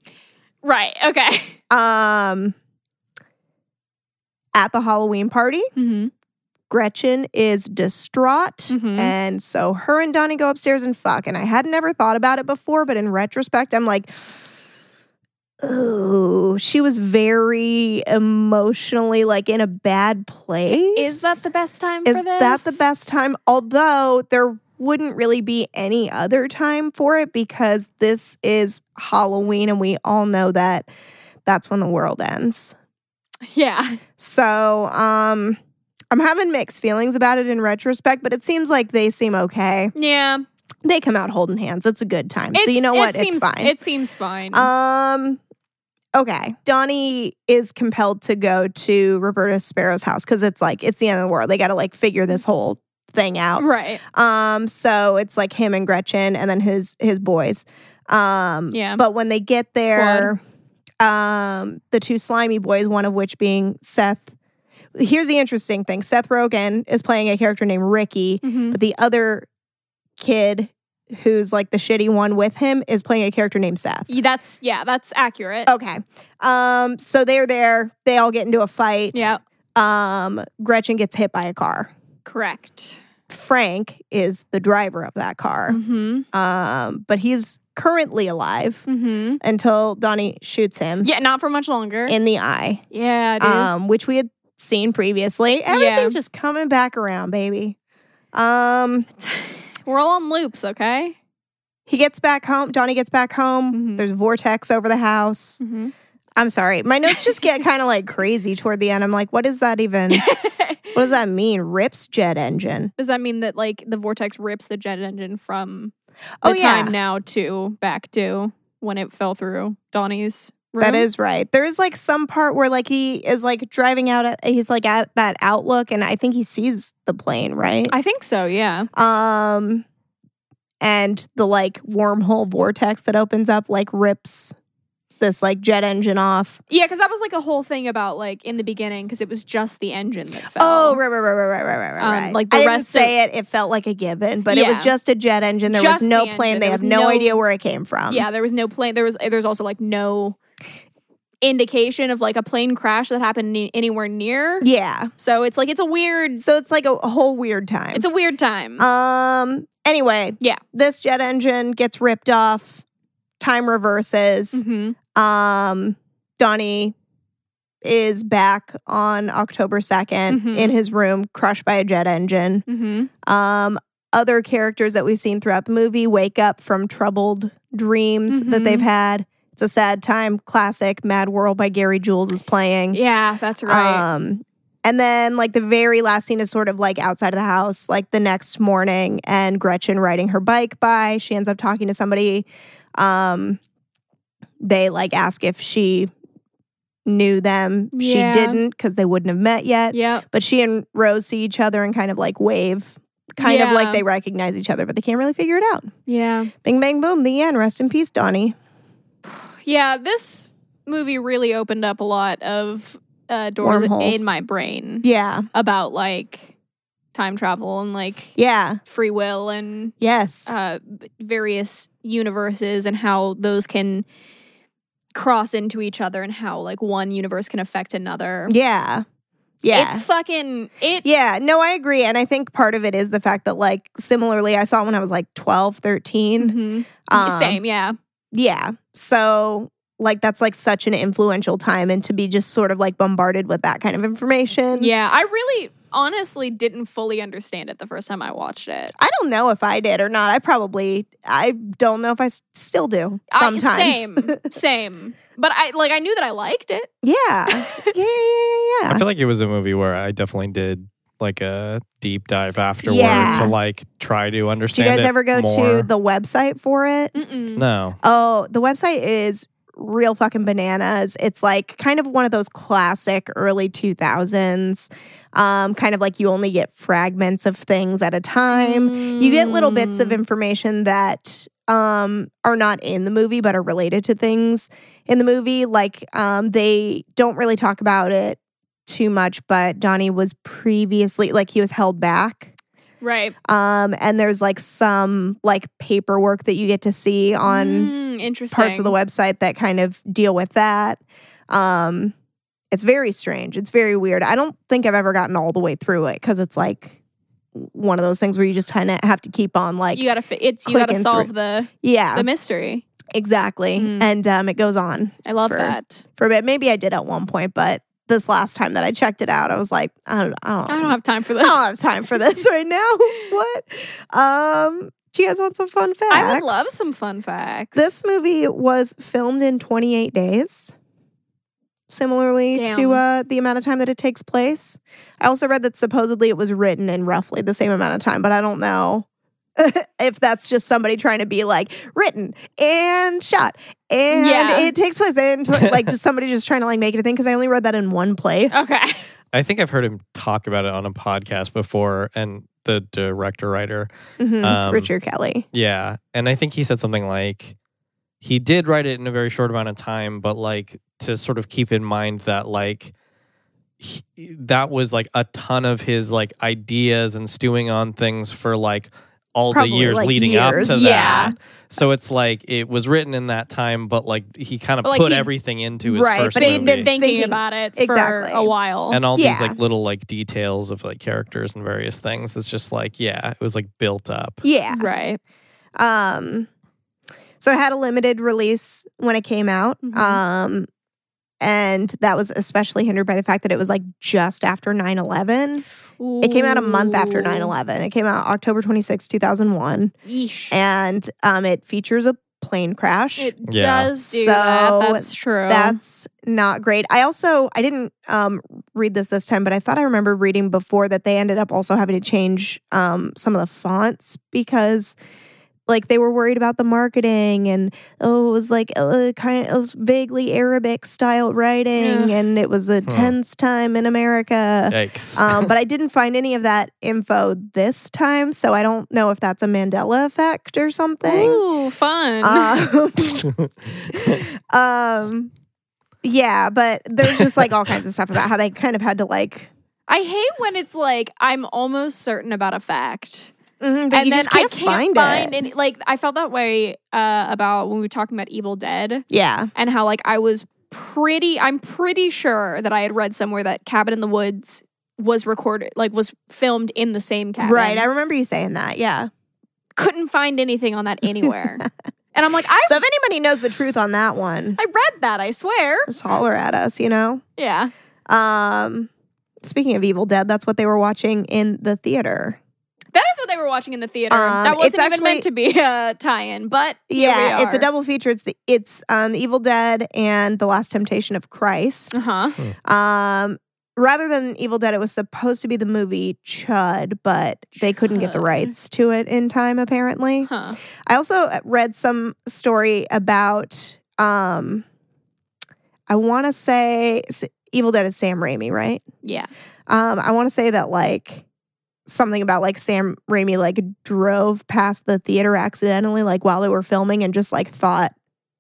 Right. Okay. Um, at the Halloween party, Mm-hmm. Gretchen is distraught. Mhm. And so her and Donnie go upstairs and fuck. And I had never thought about it before, but in retrospect, I'm like, oh, she was very emotionally like in a bad place. Is that the best time Is for this? that the best time? Although there wouldn't really be any other time for it because this is Halloween and we all know that that's when the world ends. Yeah. So, um, I'm having mixed feelings about it in retrospect, but it seems like they seem okay. Yeah. They come out holding hands. It's a good time. so you It's- know it what? Seems, it's fine. It seems fine. um, okay. Donnie is compelled to go to Roberta Sparrow's house because it's like it's the end of the world. They got to like figure this whole thing out. right. Um, so it's like him and Gretchen, and then his his boys. Um, Yeah. But when they get there, um, the two slimy boys, one of which being Seth. Here's the interesting thing: Seth Rogen is playing a character named Ricky, Mhm. but the other kid, who's like the shitty one with him, is playing a character named Seth. Yeah, That's yeah. That's accurate. Okay. Um, so they're there. They all get into a fight. Yeah. Um, Gretchen gets hit by a car. Correct. Frank is the driver of that car. Mm-hmm. Um, but he's currently alive Mm-hmm. until Donnie shoots him Yeah. Not for much longer. in the eye, yeah. Dude. um, which we had seen previously. Everything's just coming back around, baby. Um, We're all on loops. Okay. he gets back home. Donnie gets back home. Mhm. There's a vortex over the house. Mm-hmm. I'm sorry, my notes just get kind of like crazy toward the end. I'm like, what does that even? what does that mean? Rips jet engine. Does that mean that like the vortex rips the jet engine from the Oh yeah. time now to back to when it fell through Donnie's That room? is right. There is like some part where like he is like driving out. At, he's like at that outlook, and I think he sees the plane, right? I think so. Yeah. Um, and the like wormhole vortex that opens up like rips this like jet engine off. Yeah, because that was like a whole thing about like in the beginning because it was just the engine that fell. Oh, right, right, right, right, right, right, right. Um, right. like the I didn't rest of- say it. It felt like a given, but it was Yeah. just a jet engine. There Just was no the plane. engine. They There have was no no- idea where it came from. yeah, there was no plane. There was there's also like no indication of like a plane crash that happened any- anywhere near. yeah. So it's like it's a weird. So it's like a, a whole weird time. It's a weird time. Um. Anyway. Yeah. This jet engine gets ripped off. Time reverses. Mhm. Um. Donnie is back on October 2nd Mhm. in his room, crushed by a jet engine. Mhm. Um. Other characters that we've seen throughout the movie wake up from troubled dreams that Mhm. they've had. It's a sad time. Classic Mad World by Gary Jules is playing. Yeah, that's right. Um, and then like the very last scene is sort of like outside of the house, like the next morning, and Gretchen riding her bike by. She ends up talking to somebody. Um, they like ask if she knew them. Yeah. She didn't because they wouldn't have met yet. yep. But she and Rose see each other and kind of like wave, kind of Yeah. like they recognize each other, but they can't really figure it out. Yeah. Bing bang boom, the end. Rest in peace, Donnie. Yeah. This movie really opened up a lot of uh, doors Wormholes. in my brain Yeah, about like time travel and like yeah, free will and yes, uh, b- various universes and how those can cross into each other and how like one universe can affect another. yeah, yeah. It's fucking it Yeah, no, I agree. And I think part of it is the fact that, like, similarly, I saw it when I was like 12, 13. Mhm. Um, same, yeah. Yeah. So, like, that's like such an influential time and to be just sort of like bombarded with that kind of information. Yeah. I really honestly didn't fully understand it the first time I watched it. I don't know if I did or not. I probably, I don't know if I s- still do sometimes. I, same. same. But I like I knew that I liked it. Yeah. Yeah, yeah, yeah, I yeah. feel like it was a movie where I definitely did like a deep dive afterward Yeah. to like try to Do understand. you guys it ever go more. to the website for it? Mm-mm. No. Oh, the website is real fucking bananas. It's like kind of one of those classic early 2000s, um, kind of like you only get fragments of things at a time. You get little bits of Mm. information that um, are not in the movie but are related to things in the movie. Like um, they don't really talk about it too much, but Donnie was previously, like, he was held back. Mm, right Um, and there's like some like paperwork that you get to see on Mm, interesting parts of the website that kind of deal with that. Um, it's very strange. It's very weird. I don't think I've ever gotten all the way through it because it's like one of those things where you just kind of have to keep on like you gotta fi- it's you gotta clicking solve through. the yeah the mystery. exactly Mm. and um it goes on I love for, that. for a bit maybe I did at one point but this last time that I checked it out I was like I don't I don't, I don't have time for I this. don't have time for this right now what um do you guys want some fun facts I would love some fun facts. This movie was filmed in 28 days, similarly Damn. to uh, the amount of time that it takes place. I also read that supposedly it was written in roughly the same amount of time, but I don't know if that's just somebody trying to be like written and shot and Yeah. it takes place in tw- like just somebody just trying to like make it a thing because I only read that in one place. okay. I think I've heard him talk about it on a podcast before and the director writer. Mhm. Um, Richard Kelly. Yeah. And I think he said something like he did write it in a very short amount of time, but like to sort of keep in mind that like he, that was like a ton of his like ideas and stewing on things for like all Probably, the years like, leading years. up to Yeah. that. So it's like it was written in that time, but like he kind of But, like, put he- everything into his Right, first but But he'd movie. he'd been thinking, Thinking- about it exactly. for a while. and all Yeah. these like little like details of like characters and various things. It's just like, yeah, it was like built up. Yeah. right. Um, so it had a limited release when it came out. Mhm. Um, and that was especially hindered by the fact that it was like just after 9 11. It came out a month after 9 11. It came out October twenty sixth, 2001. Yeesh. And um, it features a plane crash. it Yeah. does do So that. That's true. That's not great. I also I didn't um, read this this time, but I thought I remember reading before that they ended up also having to change um, some of the fonts because like they were worried about the marketing and oh it was like uh, kind of it was vaguely Arabic style writing Yeah. and it was a tense time in America. Yikes. Um, but I didn't find any of that info this time, so I don't know if that's a Mandela effect or something. Ooh, fun. Um, um, yeah, but there's just like all kinds of stuff about how they kind of had to like. I hate when it's like I'm almost certain about a fact, mhm, but and you then just can't I can't find, it. any. Like I felt that way uh, about when we were talking about Evil Dead yeah, and how like I was pretty. I'm pretty sure that I had read somewhere that Cabin in the Woods was recorded, like was filmed in the same cabin. right. I remember you saying that. Yeah. couldn't find anything on that anywhere, and I'm like, I So if anybody knows the truth on that one, I read that. I swear. just holler at us. You know. Yeah. Um, speaking of Evil Dead, that's what they were watching in the theater. That is what they were watching in the theater. Um, that it's wasn't even actually- meant to be a tie-in, but here yeah, we it's a are. double feature. It's the it's um, the Evil Dead and the Last Temptation of Christ. Uh-huh. Um, rather than Evil Dead, it was supposed to be the movie Chud, but they couldn't get the Chud. rights to it in time. Apparently, Huh. I also uh, read some story about. Um, I want to say S- Evil Dead is Sam Raimi, right? Yeah. Um, I want to say that like something about like Sam Raimi like drove past the theater accidentally like while they were filming and just like thought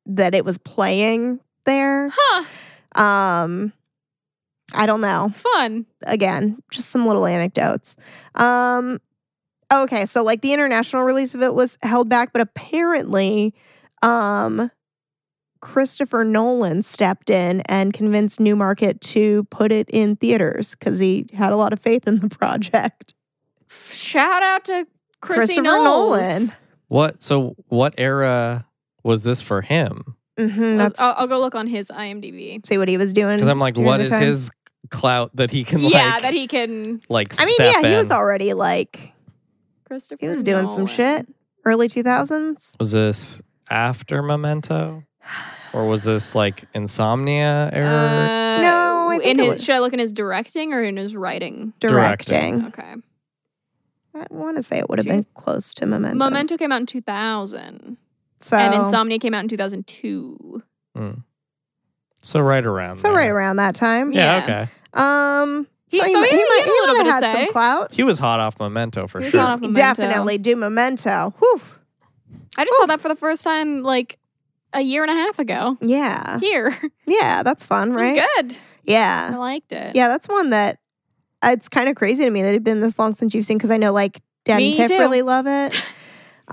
that it was playing there. Huh. Um, I don't know. Fun. Again, just some little anecdotes. Um, okay, so like the international release of it was held back, but apparently, um. Christopher Nolan stepped in and convinced Newmarket to put it in theaters because he had a lot of faith in the project. F- Shout out to Chrissy Christopher Knowles. what? So what era was this for him? hmm I'll, that's I'll, I'll go look on his IMDb. see what he was doing. Because I'm like, during what the is time. his clout that he can like? yeah, that he can. like. I mean, step yeah, he was in? already like Christopher. he was doing some Nolan. shit. Early two thousands. Was this after Memento, or was this like Insomnia era? Uh, No, I think in it his, was- should I look in his directing or in his writing? directing. Directing. Okay. I want to say it would have Two- been close to Memento. Memento came out in 2000, so, and Insomnia came out in 2002. so right around. so there. right around that time. Yeah, Yeah. okay. Um, He- so he, so mi- he- he he might had a little might bit to have had some say. clout. He was hot off Memento for He was sure. hot off Memento. Definitely do Memento. Whew. I Oh. just saw that for the first time like a year and a half ago. Yeah, Here, it yeah, that's fun, was Uh, right? good. I Yeah, liked it. yeah, that's one that uh, it's kind of crazy to me that it'd been this long since you've seen because I know like Dad Me and Tiff too. really love it.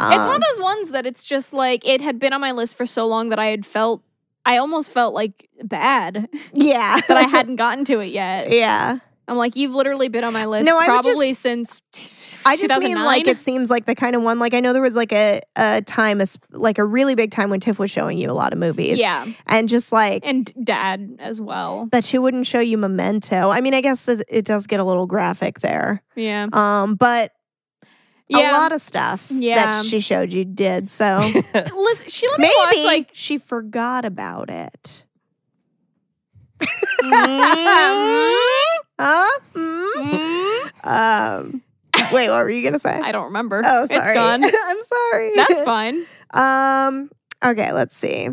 It's one Um, of those ones that it's just like it had been on my list for so long that I had felt I almost felt like bad yeah, that I hadn't gotten to it yet. yeah. I'm like, you've literally been on my list No, I would probably since I just mean like 2009. it seems like the kind of one like I know there was like a a time as like a really big time when Tiff was showing you a lot of movies. yeah, And just like and dad as well. that she wouldn't show you Memento. I mean, I guess it, it does get a little graphic there. Yeah, Um, but yeah. a lot of stuff Yeah. that she showed you did. So Listen, she let me maybe watch like she forgot about it. Mm-hmm. Huh? Um, Mm? Mm, Um, wait, what were you gonna say? I don't remember. Oh, sorry. It's gone. I'm sorry. That's fine. Um. Okay. Let's see.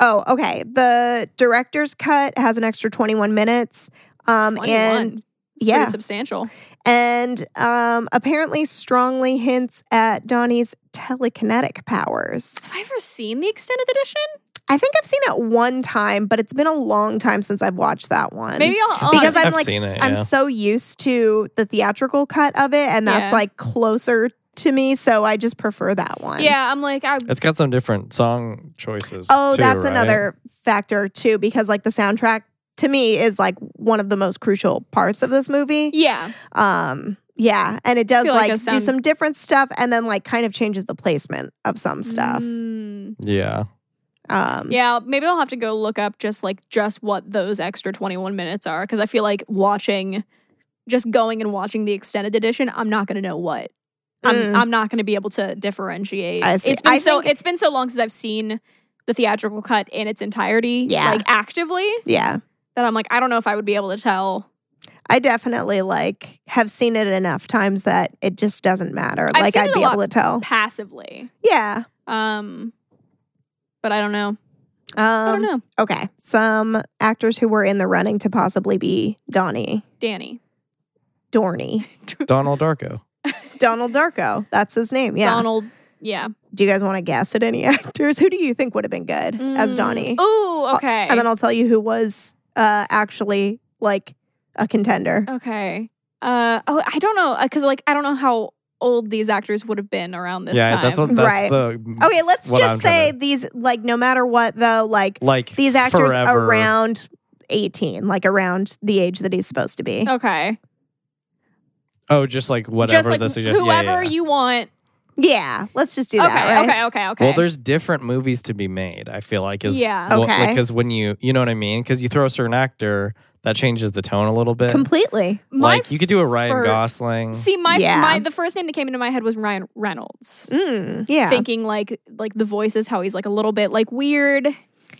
Oh, okay. The director's cut has an extra 21 minutes. Um, 21. and It's yeah. pretty substantial. and um, apparently strongly hints at Donnie's telekinetic powers. Have I ever seen the extended edition? I think I've seen it one time, but it's been a long time since I've watched that one. Maybe I'll, I'll Um, because I'm I've like seen it, I'm yeah. so used to the theatrical cut of it, and that's Yeah. like closer to me, so I just prefer that one. yeah, I'm like I It's got some different song choices. Oh, too, that's right? another factor too, because like the soundtrack to me is like one of the most crucial parts of this movie. yeah. Um, yeah, and it does Feel like like, a do sound- some different stuff, and then like kind of changes the placement of some stuff. Mm. Yeah. Um, yeah, maybe I'll have to go look up just like just what those extra 21 minutes are because I feel like watching just going and watching the extended edition, I'm not going to know what. I'm Mm. I'm not going to be able to differentiate. I see. It's been I so think- it's been so long since I've seen the theatrical cut in its entirety, Yeah. like actively, yeah. that I'm like I don't know if I would be able to tell I definitely like have seen it enough times that it just doesn't matter. I've like seen I'd it a be able lot. to tell. passively. Yeah. Um, but I don't know. Um, I don't know. Okay. Some actors who were in the running to possibly be Donnie, Danny, Dorney, Donald Darko. Donald Darko. That's his name. Yeah. Donald. Yeah. Do you guys want to guess at any actors? Who do you think would have been good as Mm. Donnie? Ooh. I'll- Okay. And then I'll tell you who was uh, actually like a contender. okay. Uh. Oh, I don't know. Because like I don't know how old these actors would have been around this yeah, time. that's what that's Right. the Okay, let's What just I'm trying say these like no matter what though, like like these actors forever. around 18, like around the age that he's supposed to be. Okay. Oh, just like whatever Just like the suggestion. yeah, yeah, whoever yeah. you want. Yeah, let's just do Okay. that. Right? Okay. Okay. Okay. Well, there's different movies to be made. I feel like is Yeah. well, Okay. Because when you you know what I mean, because you throw a certain actor, that changes the tone a little bit. Completely. My like you could do a Ryan fir- Gosling. See, my Yeah. my the first name that came into my head was Ryan Reynolds. Mm, yeah. Thinking like like the voice is how he's like a little bit like weird,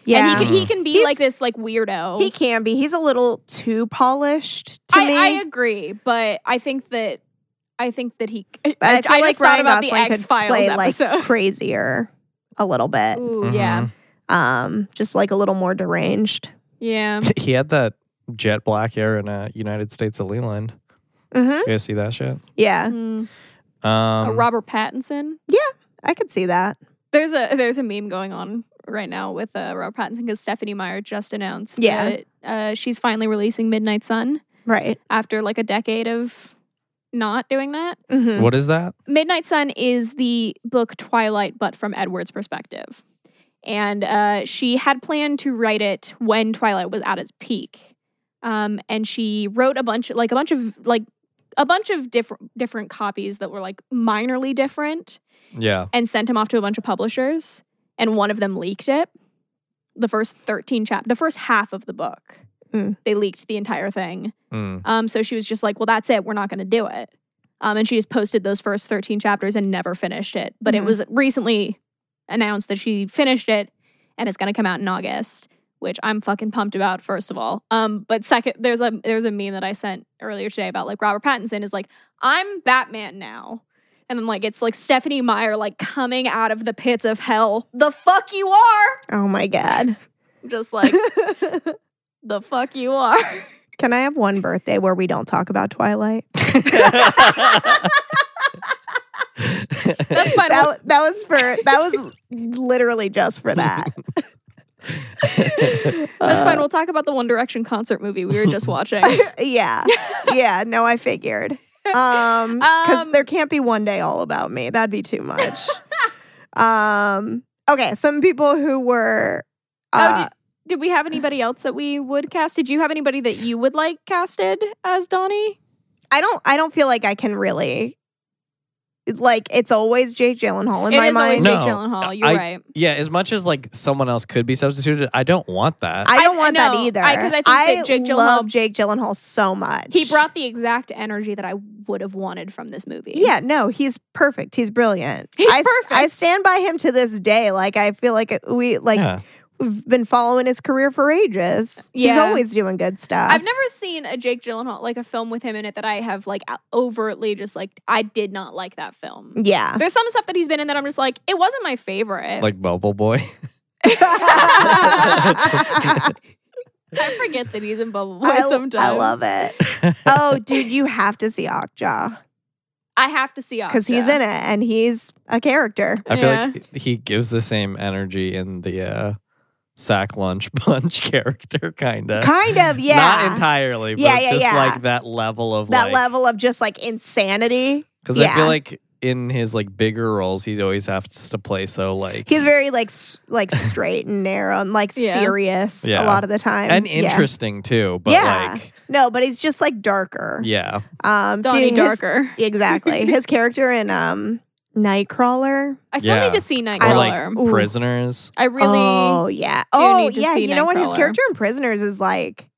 yeah. and he can, he can be He's- like this like weirdo. He can be. He's a little too polished to I, me. I agree, but I think that I think that he. I, but I feel I like just thought Ryan about Gosling the X could play Files episode. like crazier a little bit. Ooh, yeah, Mhm. Um, just like a little more deranged. yeah. He had that jet black hair in uh, United States of Leland. Mm-hmm. You guys see that shit? Yeah, Mm. Uh, Um, Robert Pattinson. I could see that. There's a there's a meme going on right now with uh, Robert Pattinson because Stephanie Meyer just announced Yeah. that uh, she's finally releasing Midnight Sun Right. after like a decade of not doing that. Mm-hmm. What is that? Midnight Sun is the book Twilight, but from Edward's perspective. And uh, she had planned to write it when Twilight was at its peak. Um, and she wrote a bunch, like a bunch of like a bunch of different different copies that were like minorly different, Yeah. and sent them off to a bunch of publishers. And one of them leaked it. The first thirteen chap, the first half of the book, Mm. they leaked the entire thing. Mm. Um, so she was just like, well, that's it. We're not going to do it. Um, and she just posted those first 13 chapters and never finished it. But Mhm. it was recently announced that she finished it and it's going to come out in August, which I'm fucking pumped about, first of all. Um, but second, there's a there's a meme that I sent earlier today about like Robert Pattinson is like, I'm Batman now. And then like it's like Stephanie Meyer like coming out of the pits of hell. The fuck you are. Oh my god. Just like the fuck you are. Can I have one birthday where we don't talk about Twilight? That's fine. that, Let's- wa- that was for that was literally just for that. That's Uh, fine. We'll talk about the One Direction concert movie we were just watching. Yeah. Yeah, no I figured. Um cuz Um, there can't be one day all about me. That'd be too much. um okay, some people who were uh, Oh, Um, Did we have anybody else that we would cast? Did you have anybody that you would like casted as Donnie? I don't I don't feel like I can really like it's always Jake Gyllenhaal in It my is mind. always No. Jake Gyllenhaal. You're I- right. Yeah, as much as like someone else could be substituted, I don't want that. I don't I- I want that know. either. I- 'cause I think that Jake love Gyllenhaal- Jake Gyllenhaal so much. He brought the exact energy that I would have wanted from this movie. Yeah, no, he's perfect. He's brilliant. He's I, s- I perfect. stand by him to this day. Like I feel like uh, we like yeah. we've been following his career for ages. He's Yeah. always doing good stuff. I've never seen a Jake Gyllenhaal like a film with him in it that I have like overtly just like I did not like that film. yeah. There's some stuff that he's been in that I'm just like it wasn't my favorite. like Bubble Boy. I, I forget that he's in Bubble Boy sometimes. I love it. Oh, dude, you have to see Okja I have to see because he's in it and he's a character. I feel like he gives the same energy in the uh, sack lunch punch character, kind of. Kind of, yeah. Not entirely, but Yeah, yeah, just yeah. like that level of that like, level of just like insanity. Because I yeah. feel like in his like bigger roles, he always has to play so like He's very like s- like straight and narrow and like Yeah. serious a Yeah. lot of the time and Yeah. interesting too. But Yeah. like, No, but he's just like darker. yeah, Um, Donnie dude, his- Darker. exactly. His character in um, Nightcrawler. I still Yeah. need to see or Nightcrawler. like Ooh. prisoners. I really Oh yeah. Oh need to yeah. see You know what? His Nightcrawler. character in Prisoners is like,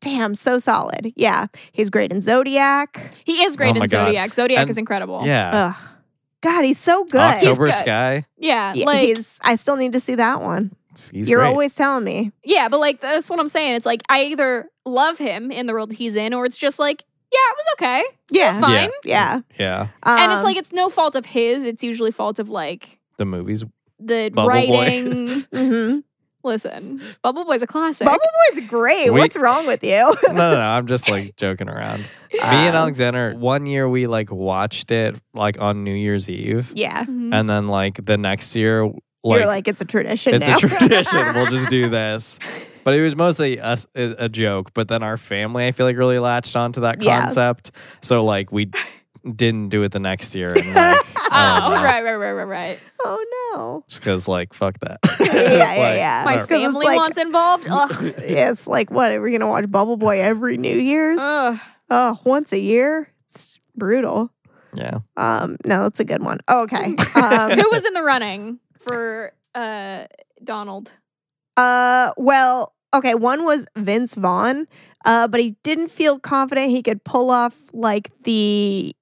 damn, so solid. Yeah, he's great in Zodiac. he is Oh great my in God. Zodiac. Zodiac And- is incredible. Yeah, Ugh, God, he's so Oh, good. October He's good. Sky. yeah, Yeah, like he's- I still need to see that one. He's You're great. always telling me. yeah, but like that's what I'm saying. It's like I either love him in the role that he's in, or it's just like, yeah, it was okay. Yeah. It's fine. Yeah. Yeah. And it's Um, like it's no fault of his. It's usually fault of like The movie's the Bubble Boy. writing. mhm. Listen, Bubble Boy's a classic. Bubble Boy's great. We- What's wrong with you? no, no, no. I'm just like joking around. Me Um, and Alexander, one year we like watched it like on New Year's Eve, yeah. Mhm. and then like the next year, Mm-hmm. You're like like, it's a tradition it's now. a tradition. we'll just do this. But it was mostly us a, a joke. But then our family, I feel like, really latched onto that Yeah. concept. So like we didn't do it the next year, and like, Oh, uh, right, right, right, right, right. oh no. just because like fuck that. yeah, Like, yeah. My whatever. fa- Uh, it's family like- wants involved. Ugh. Yeah, it's like what are we gonna watch Bubble Boy every New Year's? Ugh. oh, once a year. It's brutal. yeah. Um, no, that's a good one. Okay. Um, Who was in the running for uh, Donald? uh, well, okay. One was Vince Vaughn, uh, but he didn't feel confident he could pull off like the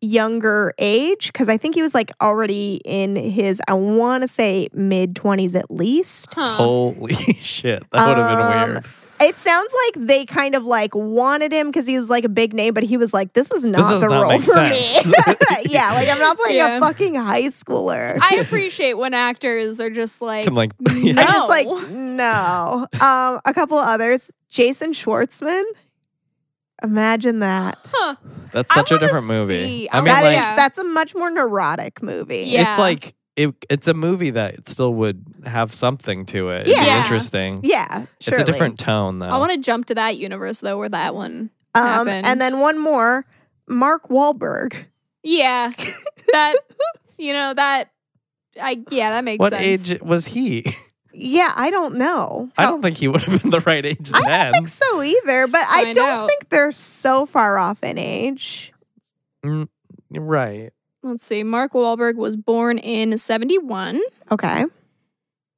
younger age because I think he was like already in his I want to say mid twenties at least. Huh. Holy shit, that would have Um, been weird. It sounds like they kind of like wanted him because he was like a big name, but he was like, "This is not This does the not role make for sense. me." yeah, like I'm not playing Yeah. a fucking high schooler. I appreciate when actors are just like, Can like no. I'm just like, no. Um, a couple of others, Jason Schwartzman. Imagine that. huh. That's I such a wanna different movie. see- I I mean, Oh, That is like, Yeah. that's a much more neurotic movie. Yeah. it's like it, it's a movie that it still would have something to it. It'd Yeah. be interesting. yeah, surely. It's a different tone, though. I want to jump to that universe though, where that one. Um, happened. and then one more, Mark Wahlberg. Yeah, that you know that. I yeah, that makes what sense. age was he? Yeah, I don't know. I don't think he would have been the right age I don't then. think so either, Oh. Let's but I find don't out. think they're so far off in age. Right. Let's see. Mark Wahlberg was born in '71, Okay.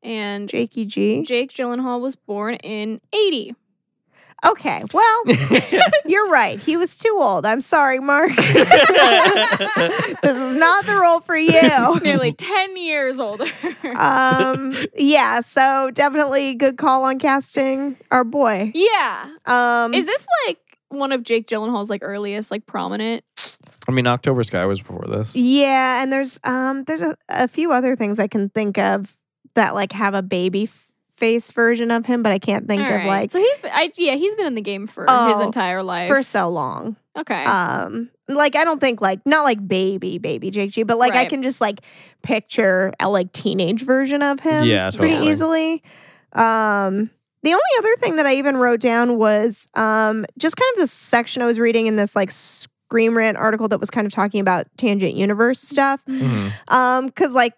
and Jakey G. Jake Gyllenhaal was born in '80. Okay. Well, you're right. He was too old. I'm sorry, Mark. this is not the role for you. Nearly 10 years older. Um, yeah, so definitely good call on casting our boy. yeah. Um Is this like one of Jake Gyllenhaal's like earliest like prominent? I mean, October Sky was before this. Yeah, and there's um there's a, a few other things I can think of that like have a baby f- face version of him, but I can't think All of right. like so he's been, I, yeah he's been in the game for his Oh, entire life. for so long. okay. um like i don't think like not like baby baby jake g but like i Right. can just like picture a like teenage version of him Yeah, pretty totally. easily um the only other thing that i even wrote down was um just kind of this section i was reading in this like scream rant article that was kind of talking about tangent universe stuff Mhm. um because like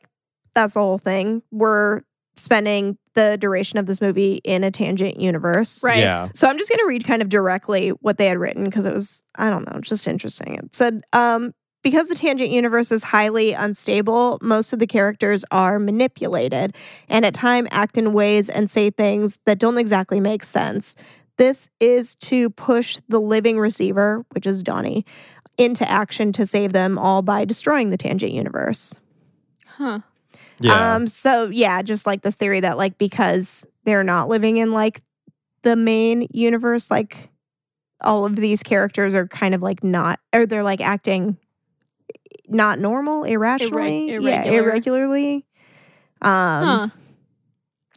that's the whole thing we're spending the duration of this movie in a tangent universe Right. Yeah. so I'm just going to read kind of directly what they had written because it was, I don't know, just interesting. It said, um, because the tangent universe is highly unstable, most of the characters are manipulated and at time act in ways and say things that don't exactly make sense. This is to push the living receiver, which is Donnie, into action to save them all by destroying the tangent universe. huh. Yeah. Um, so yeah, just like this theory that like because they're not living in like the main universe, like all of these characters are kind of like not or they're like acting not normal, irrationally. Yeah, irregular. irregularly. Um huh.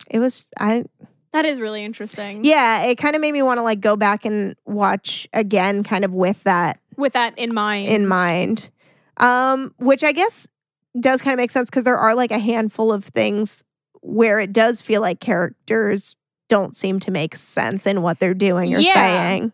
it was I That is really interesting. yeah, it kind of made me want to like go back and watch again kind of with that With that in mind. in mind. Um, which I guess does kind of make sense because there are like a handful of things where it does feel like characters don't seem to make sense in what they're doing or Yeah. saying.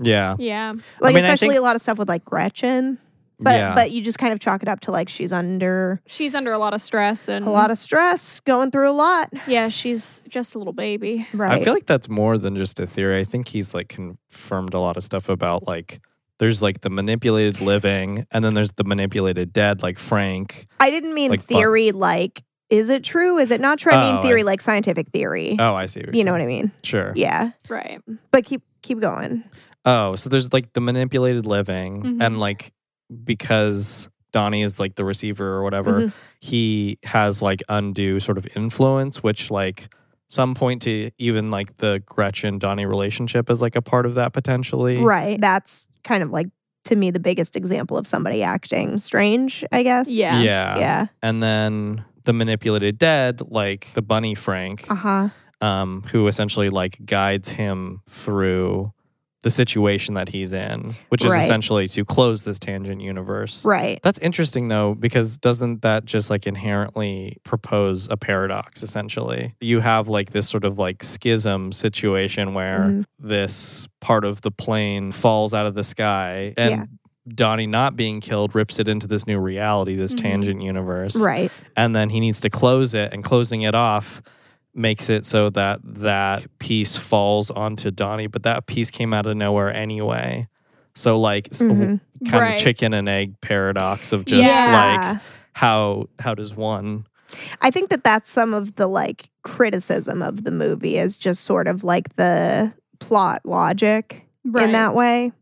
yeah. Yeah. Like mean, I especially think- a lot of stuff with like Gretchen. But yeah. but you just kind of chalk it up to like she's under She's under a lot of stress and a lot of stress, going through a lot. Yeah, she's just a little baby. Right. I feel like that's more than just a theory. I think he's like confirmed a lot of stuff about like there's like the manipulated living and then there's the manipulated dead, like Frank. I didn't mean like, fuck. theory like is it true? Is it not true? I Oh, mean I- theory like scientific theory. Oh, I see. What you know what I mean? Sure. Yeah. Right. But keep keep going. Oh, so there's like the manipulated living Mhm. Mm-hmm. and like because Donnie is like the receiver or whatever, Mhm. he has like undue sort of influence, which like Some point to even like the Gretchen Donnie relationship as like a part of that potentially. Right. That's kind of like to me the biggest example of somebody acting strange, I guess. Yeah. yeah. Yeah. And then the manipulated dead, like the bunny Frank, Uh-huh. um, who essentially like guides him through the situation that he's in, which is Right. essentially to close this tangent universe. Right. That's interesting though, because doesn't that just like inherently propose a paradox essentially? You have like this sort of like schism situation where Mhm. this part of the plane falls out of the sky and Yeah. Donnie not being killed rips it into this new reality, this Mhm. tangent universe. Right. And then he needs to close it, and closing it off makes it so that that piece falls onto Donnie, but that piece came out of nowhere anyway. So, like, s- Mhm. kind Right. of chicken and egg paradox of just Yeah. like how how does one I think that that's some of the like criticism of the movie is just sort of like the plot logic Right. in that way.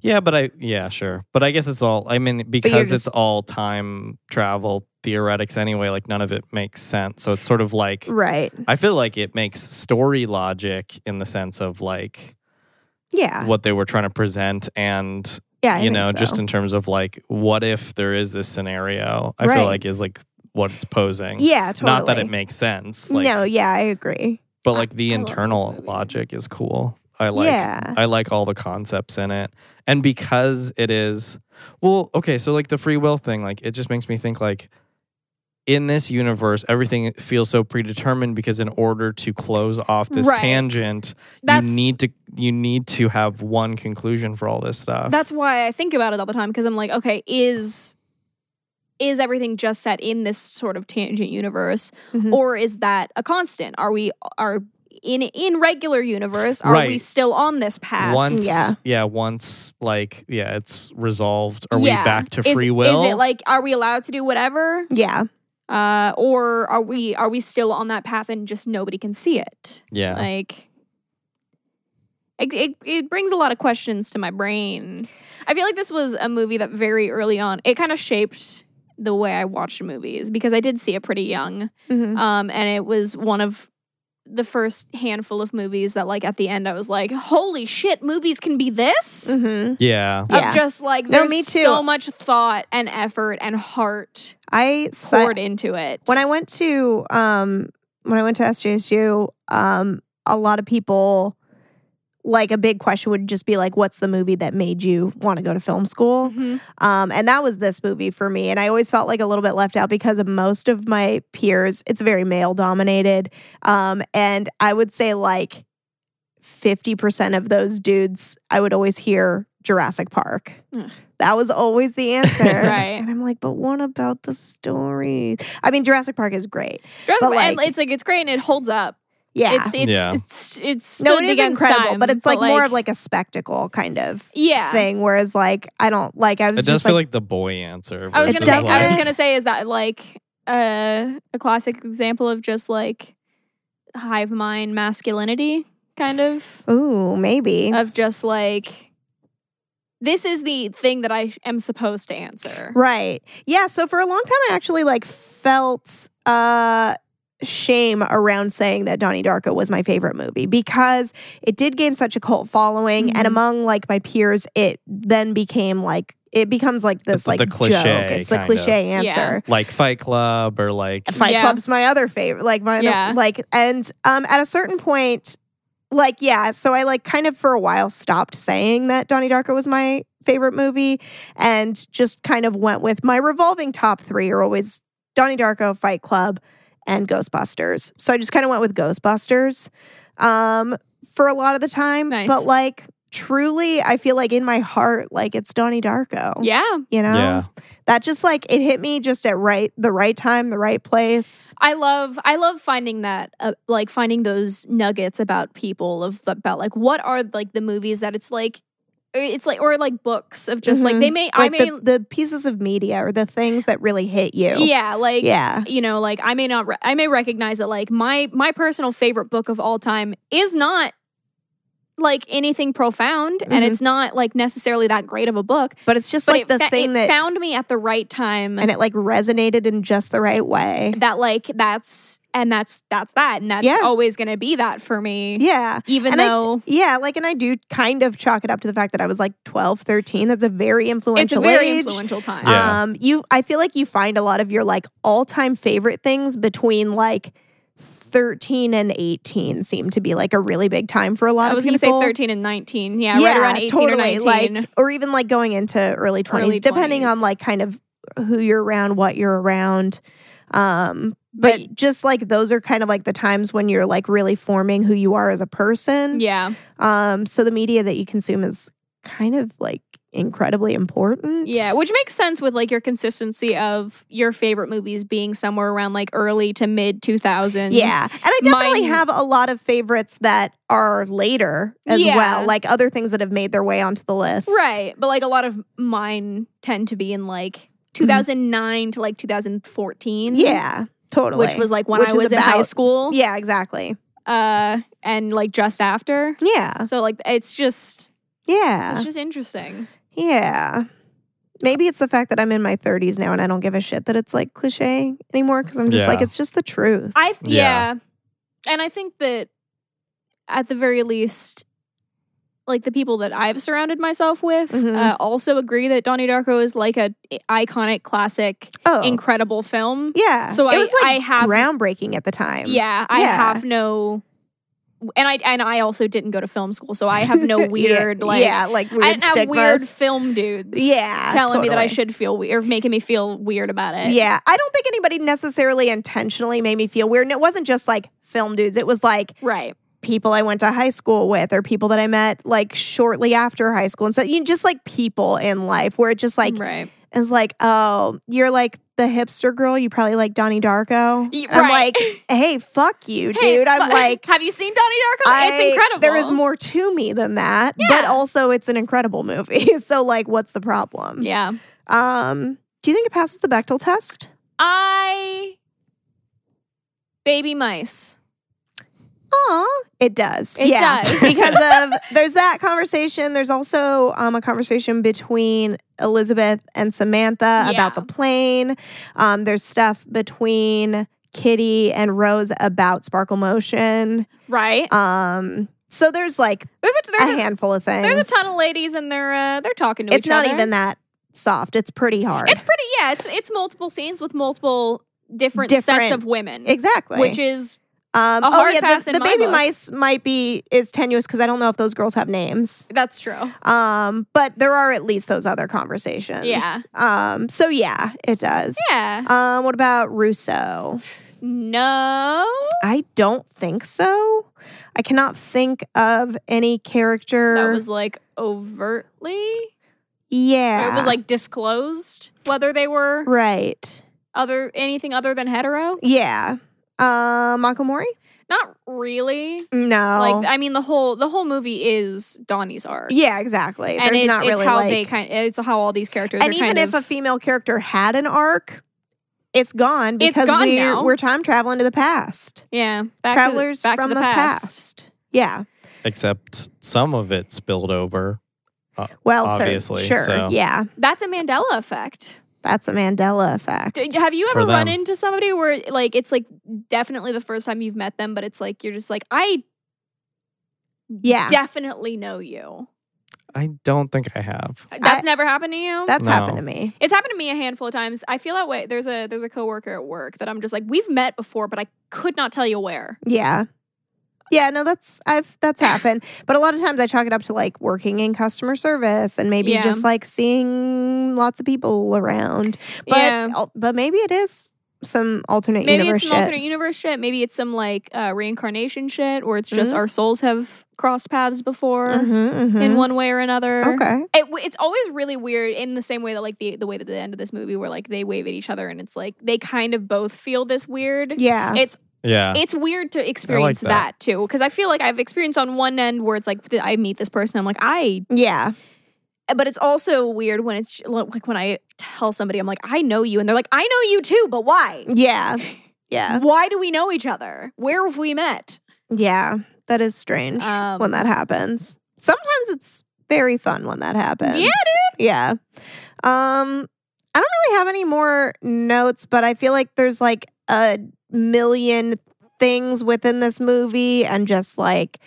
yeah but i yeah sure but i guess it's all i mean because it's just- all time travel theoretics anyway like none of it makes sense so it's sort of like Right. i feel like it makes story logic in the sense of like Yeah. what they were trying to present and yeah. I you think know so. just in terms of like what if there is this scenario i Right. feel like is like what it's posing Yeah, totally. not that it makes sense like no, yeah, I agree. but like the I love this internal movie. logic is cool i like Yeah. i like all the concepts in it and because it is well okay so like the free will thing like it just makes me think like in this universe everything feels so predetermined because in order to close off this Right. tangent That's- you need to you need to have one conclusion for all this stuff That's why I think about it all the time because I'm like, okay, is is everything just set in this sort of tangent universe, Mhm. or is that a constant? Are we are in in regular universe? Are we Right. still on this path? once Yeah. yeah. once like yeah it's resolved are Yeah. we back to Is- free will Is it like are we allowed to do whatever, Yeah. uh, or are we are we still on that path and just nobody can see it? yeah Like, it, it, it brings a lot of questions to my brain. I feel like this was a movie that very early on, it kind of shaped the way I watched movies because I did see it pretty young. Mhm. Um, and it was one of the first handful of movies that, like, at the end, I was like, holy shit, movies can be this? Mhm. yeah Yeah. Of just like, No, there's me too. so much thought and effort and heart I si- poured into it. when I went to um when I went to SJSU, um a lot of people like a big question would just be like what's the movie that made you want to go to film school? Mhm. Um, and that was this movie for me. And I always felt like a little bit left out because of most of my peers, it's very male dominated. Um, and I would say like 50% of those dudes, I would always hear Jurassic Park. Ugh. That was always the answer. Right. And I'm like, but what about the story? I mean, Jurassic Park is great. Dress- but, and like- it's like, it's great and it holds up. Yeah. It's it's Yeah. it's it's stood no, it is against incredible, time, but it's like, more of like a spectacle kind of yeah. thing. Whereas like I don't like I was it does just feel like, the boy answer I was It versus, gonna say, I was doesn't- gonna say is that like uh, a classic example of just like hive mind masculinity kind of ooh maybe of just like this is the thing that I am supposed to answer. Right. Yeah. So for a long time, I actually like felt uh, shame around saying that Donnie Darko was my favorite movie because it did gain such a cult following, Mhm. and among like my peers, it then became like it becomes like this It's like the joke. cliche, It's the kind of. cliche Yeah. answer. like Fight Club or like Fight Yeah. Club's my other favorite. Like my other- Yeah. like and um at a certain point, like yeah, so I like kind of for a while stopped saying that Donnie Darko was my favorite movie and just kind of went with my revolving top three are always Donnie Darko, Fight Club, and Ghostbusters. So I just kind of went with Ghostbusters um for a lot of the time. Nice. But like truly I feel like in my heart, like it's Donnie Darko. Yeah, You know? yeah That just like it hit me just at right the right time, the right place. I love I love finding that uh, like finding those nuggets about people of about like what are like the movies that it's like uh, it's like or like books of just Mhm. like they may I like may the, the pieces of media or the things that really hit you. yeah like Yeah. you know like i may not re- i may recognize that like my my personal favorite book of all time is not like anything profound and Mhm. it's not like necessarily that great of a book. But it's just But like it, the fa- thing it that found me at the right time and it like resonated in just the right way. that like that's and that's that's that and that's Yeah. always going to be that for me. Yeah. Even And I- though Yeah, like and I do kind of chalk it up to the fact that I was like 12, 13. That's a very it's a influential very age. influential time. Yeah. Um you I feel like you find a lot of your like all-time favorite things between like 13 and 18 seem to be like a really big time for a lot I of was going to say people. 13 and 19. Yeah, right around 18 or 19. Like, or even like going into early 20s, Early depending 20s. on like kind of who you're around, what you're around. Um, but, But- just like those are kind of like the times when you're like really forming who you are as a person. yeah. Um, so the media that you consume is kind of like incredibly important. Yeah, which makes sense with like your consistency of your favorite movies being somewhere around like early to mid 2000s. Yeah. And I definitely Mine- have a lot of favorites that are later as Yeah. well, like other things that have made their way onto the list. Right. But like a lot of mine tend to be in Mm-hmm. like 2009 to like 2014. Yeah. Totally. Which was like when Which I is was in high about- school. Yeah, exactly. Uh, and like just after. Yeah. So like it's just Yeah. it's just interesting. Yeah. Maybe it's the fact that I'm in my 30s now and I don't give a shit that it's like cliche anymore because I'm just like, Yeah. it's just the truth. I th- yeah. Yeah. And I think that at the very least, like the people that I've surrounded myself with Mhm. uh, also agree that Donnie Darko is like a i- iconic, classic, Oh, incredible film. yeah. So it I- was like I have- groundbreaking at the time. Yeah, I Yeah. have no, and I and I also didn't go to film school, so I have no weird yeah, like yeah, like weird I didn't have stigmas. weird film dudes, Yeah, telling me that I totally. should feel weird, making me feel weird about it. yeah, I don't think anybody necessarily intentionally made me feel weird. And it wasn't just like film dudes. It was like right. people I went to high school with or people that I met like shortly after high school. And so you just like people in life where it just like right. is like, oh, you're like the hipster girl. You probably like Donnie Darko. Y- I'm right. like, hey, fuck you, dude. Hey, I'm fu- like, have you seen Donnie Darko? I- it's incredible. There is more to me than that, but Yeah. also it's an incredible movie. so like, what's the problem? Yeah. Um, do you think it passes the Bechtel test? I baby mice. Aw, it does. It yeah. does. because of there's that conversation. There's also um, a conversation between Elizabeth and Samantha Yeah. about the plane. Um, there's stuff between Kitty and Rose about Sparkle Motion. Right. Um, so there's like There's a a there's a, handful of things. there's a ton of ladies and they're uh, they're talking to It's each not other. even that soft. It's pretty hard. It's pretty yeah, it's it's multiple scenes with multiple different, sets Different- of women. exactly. Which is um, a hard oh yeah, pass the, in the my baby book. mice might be is tenuous because I don't know if those girls have names. that's true. Um, but there are at least those other conversations. Yeah. Um, so yeah, it does. Yeah. Um, what about Russo? No. I don't think so. I cannot think of any character. That was like overtly. yeah. It was like disclosed whether they were right. other anything other than hetero. Yeah. Uh, Makomori? Not really. No. Like I mean the whole the whole movie is Donnie's arc. yeah, exactly. and There's it's, not it's really how like, they kind it's how all these characters and are even kind if of a female character had an arc, it's gone It's because gone we're now. we're time traveling to the past. yeah back Travelers to, back from to the, past. past. Yeah. Except some of it spilled over. Well, cer- Obviously, sure, so. yeah, That's a Mandela effect. that's a Mandela effect. D- Have you For ever run them. into somebody where like it's like definitely the first time you've met them, but it's like you're just like I yeah, definitely know you. I don't think I have. That's never happened to you. that's No. happened to me. it's happened to me a handful of times. I feel that way. There's a there's a coworker at work that I'm just like we've met before, but I could not tell you where. Yeah, yeah, no, that's I've that's happened. But a lot of times I chalk it up to like working in customer service and maybe Yeah. just like seeing lots of people around. But Yeah. al- but maybe it is some alternate Maybe universe it's an shit. alternate universe shit. Maybe it's some like uh, reincarnation shit, or it's Mm-hmm. just our souls have crossed paths before Mhm, mhm. in one way or another. Okay. It, w- it's always really weird in the same way that like the the way that the end of this movie where like they wave at each other and it's like they kind of both feel this weird. Yeah. It's Yeah. it's weird to experience that. that. too because I feel like I've experienced on one end where it's like th- I meet this person I'm like I yeah. but it's also weird when it's like when I tell somebody I'm like I know you and they're like I know you too but why Yeah. Yeah. why do we know each other where have we met Yeah. That is strange Um, when that happens. Sometimes it's very fun when that happens. Yeah, dude. Yeah. Um, I don't really have any more notes, but I feel like there's like a million things within this movie and just like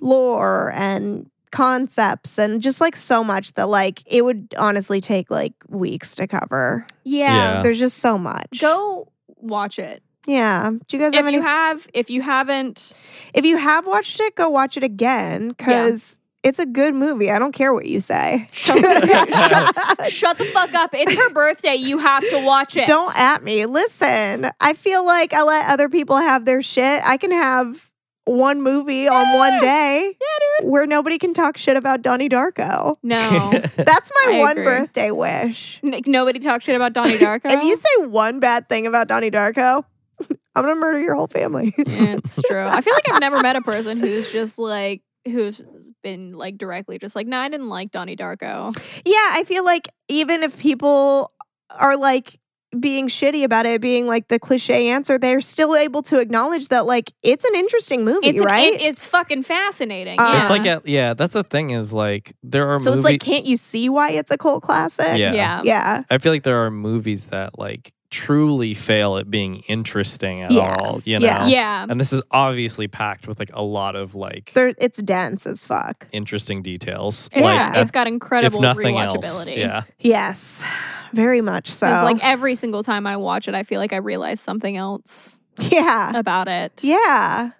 lore and concepts and just like so much that like it would honestly take like weeks to cover. Um, Yeah. There's just so much. Go watch it. Yeah. Do you guys have If any you have, if you haven't, If you have watched it, go watch it again because it's a good movie. I don't care what you say. shut the, shut, shut the fuck up. It's her birthday. You have to watch it. Don't at me. Listen, I feel like I let other people have their shit. I can have one movie on one day where nobody can talk shit about Donnie Darko. No. That's my I one agree. birthday wish. N- nobody talk shit about Donnie Darko. If you say one bad thing about Donnie Darko, I'm going to murder your whole family. it's true. I feel like I've never met a person who's just like who's been like directly just like, no, I didn't like Donnie Darko. Yeah, I feel like even if people are like being shitty about it, being like the cliche answer, they're still able to acknowledge that like it's an interesting movie, It's an- right? it- it's fucking fascinating. Uh, yeah. It's like a, yeah, that's the thing is like there are so movies. it's like, can't you see why it's a cult classic? Yeah. yeah. Yeah. I feel like there are movies that like truly fail at being interesting at Yeah. all. You know, Yeah. Yeah. and this is obviously packed with like a lot of like There, it's dense as fuck. interesting details. It's, like, Yeah. uh, it's got if incredible nothing rewatchability. else, yeah, Yes, very much so. Because like every single time I watch it, I feel like I realize something else yeah, about it. yeah,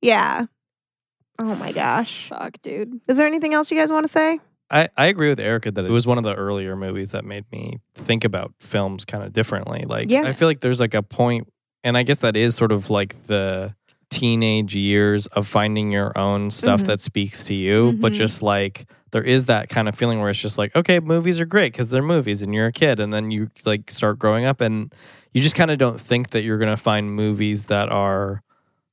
yeah. Oh my gosh. Fuck, dude. Is there anything else you guys want to say? I, I agree with Erica that it was one of the earlier movies that made me think about films kind of differently. Like, Yeah. I feel like there's like a point, and I guess that is sort of like the teenage years of finding your own stuff Mhm. that speaks to you, but Mm-hmm. Mhm. just like there is that kind of feeling where it's just like, okay, movies are great because they're movies and you're a kid, and then you like start growing up and you just kind of don't think that you're going to find movies that are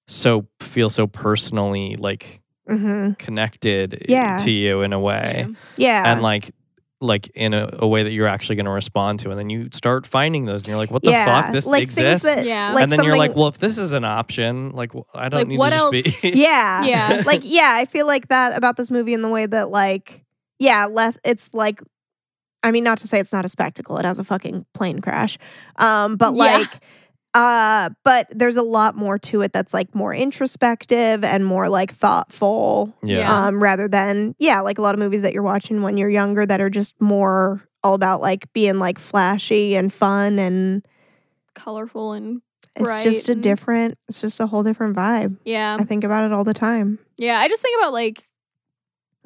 so feel so personally like Mm-hmm. connected Yeah. to you in a way Yeah. Yeah. and like like in a, a way that you're actually going to respond to and then you start finding those and you're like what the yeah. fuck this like things exists that- Yeah. like and then you're something- like well if this is an option like w i don't Like, need what to else? just be yeah Yeah. like yeah i feel like that about this movie in the way that like yeah less it's like i mean not to say it's not a spectacle it has a fucking plane crash um but Yeah. like uh but there's a lot more to it that's like more introspective and more like thoughtful yeah Yeah. um rather than yeah like a lot of movies that you're watching when you're younger that are just more all about like being like flashy and fun and Colorful and it's Bright just a and- different it's just a whole different vibe yeah. i think about it all the time Yeah. I just think about like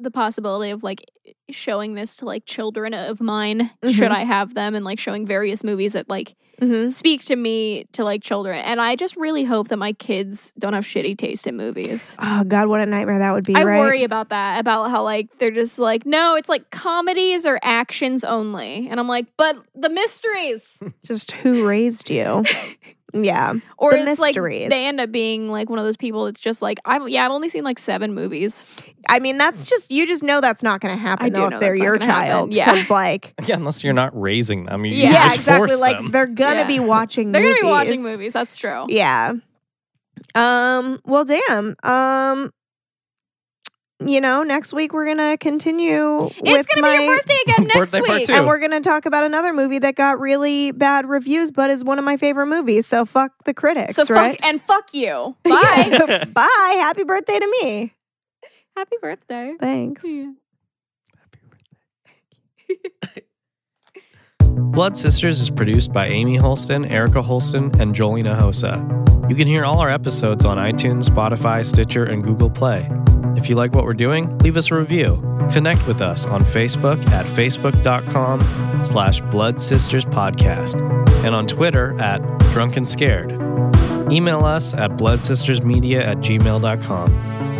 the possibility of like showing this to like children of mine should Mhm. i have them and like showing various movies that like mm-hmm. speak to me to like children and i just really hope that my kids don't have shitty taste in movies Oh God, what a nightmare that would be, I right? worry about that, about how like they're just like, no, it's like comedies or actions only. And I'm like, but the mysteries. Just who raised you? yeah. Or The it's mysteries. like they end up being like one of those people that's just like, I've yeah, I've only seen like seven movies. I mean, that's just you just know that's not gonna happen Mm. I do though know if they're that's not your gonna happen. child. Yeah. Because like yeah unless you're not raising them you, you Yeah. Yeah, just exactly. force Like them. they're gonna Yeah. be watching They're movies. gonna be watching movies, that's true. Yeah. Um, well damn. Um you know, next week we're gonna continue with It's gonna my be your birthday again next Birthday part week. two. and we're gonna talk about another movie that got really bad reviews, but is one of my favorite movies. So fuck the critics, So fuck right? and fuck you. Bye. Bye. Happy birthday to me. Happy birthday. Thanks. Blood Sisters is produced by Amy Holston, Erica Holston, and Jolene Hosa. You can hear all our episodes on iTunes, Spotify, Stitcher, and Google Play. If you like what we're doing, leave us a review. Connect with us on Facebook at facebook.com slash Blood Sisters Podcast and on Twitter at Drunken Scared. Email us at bloodsistersmedia at gmail.com.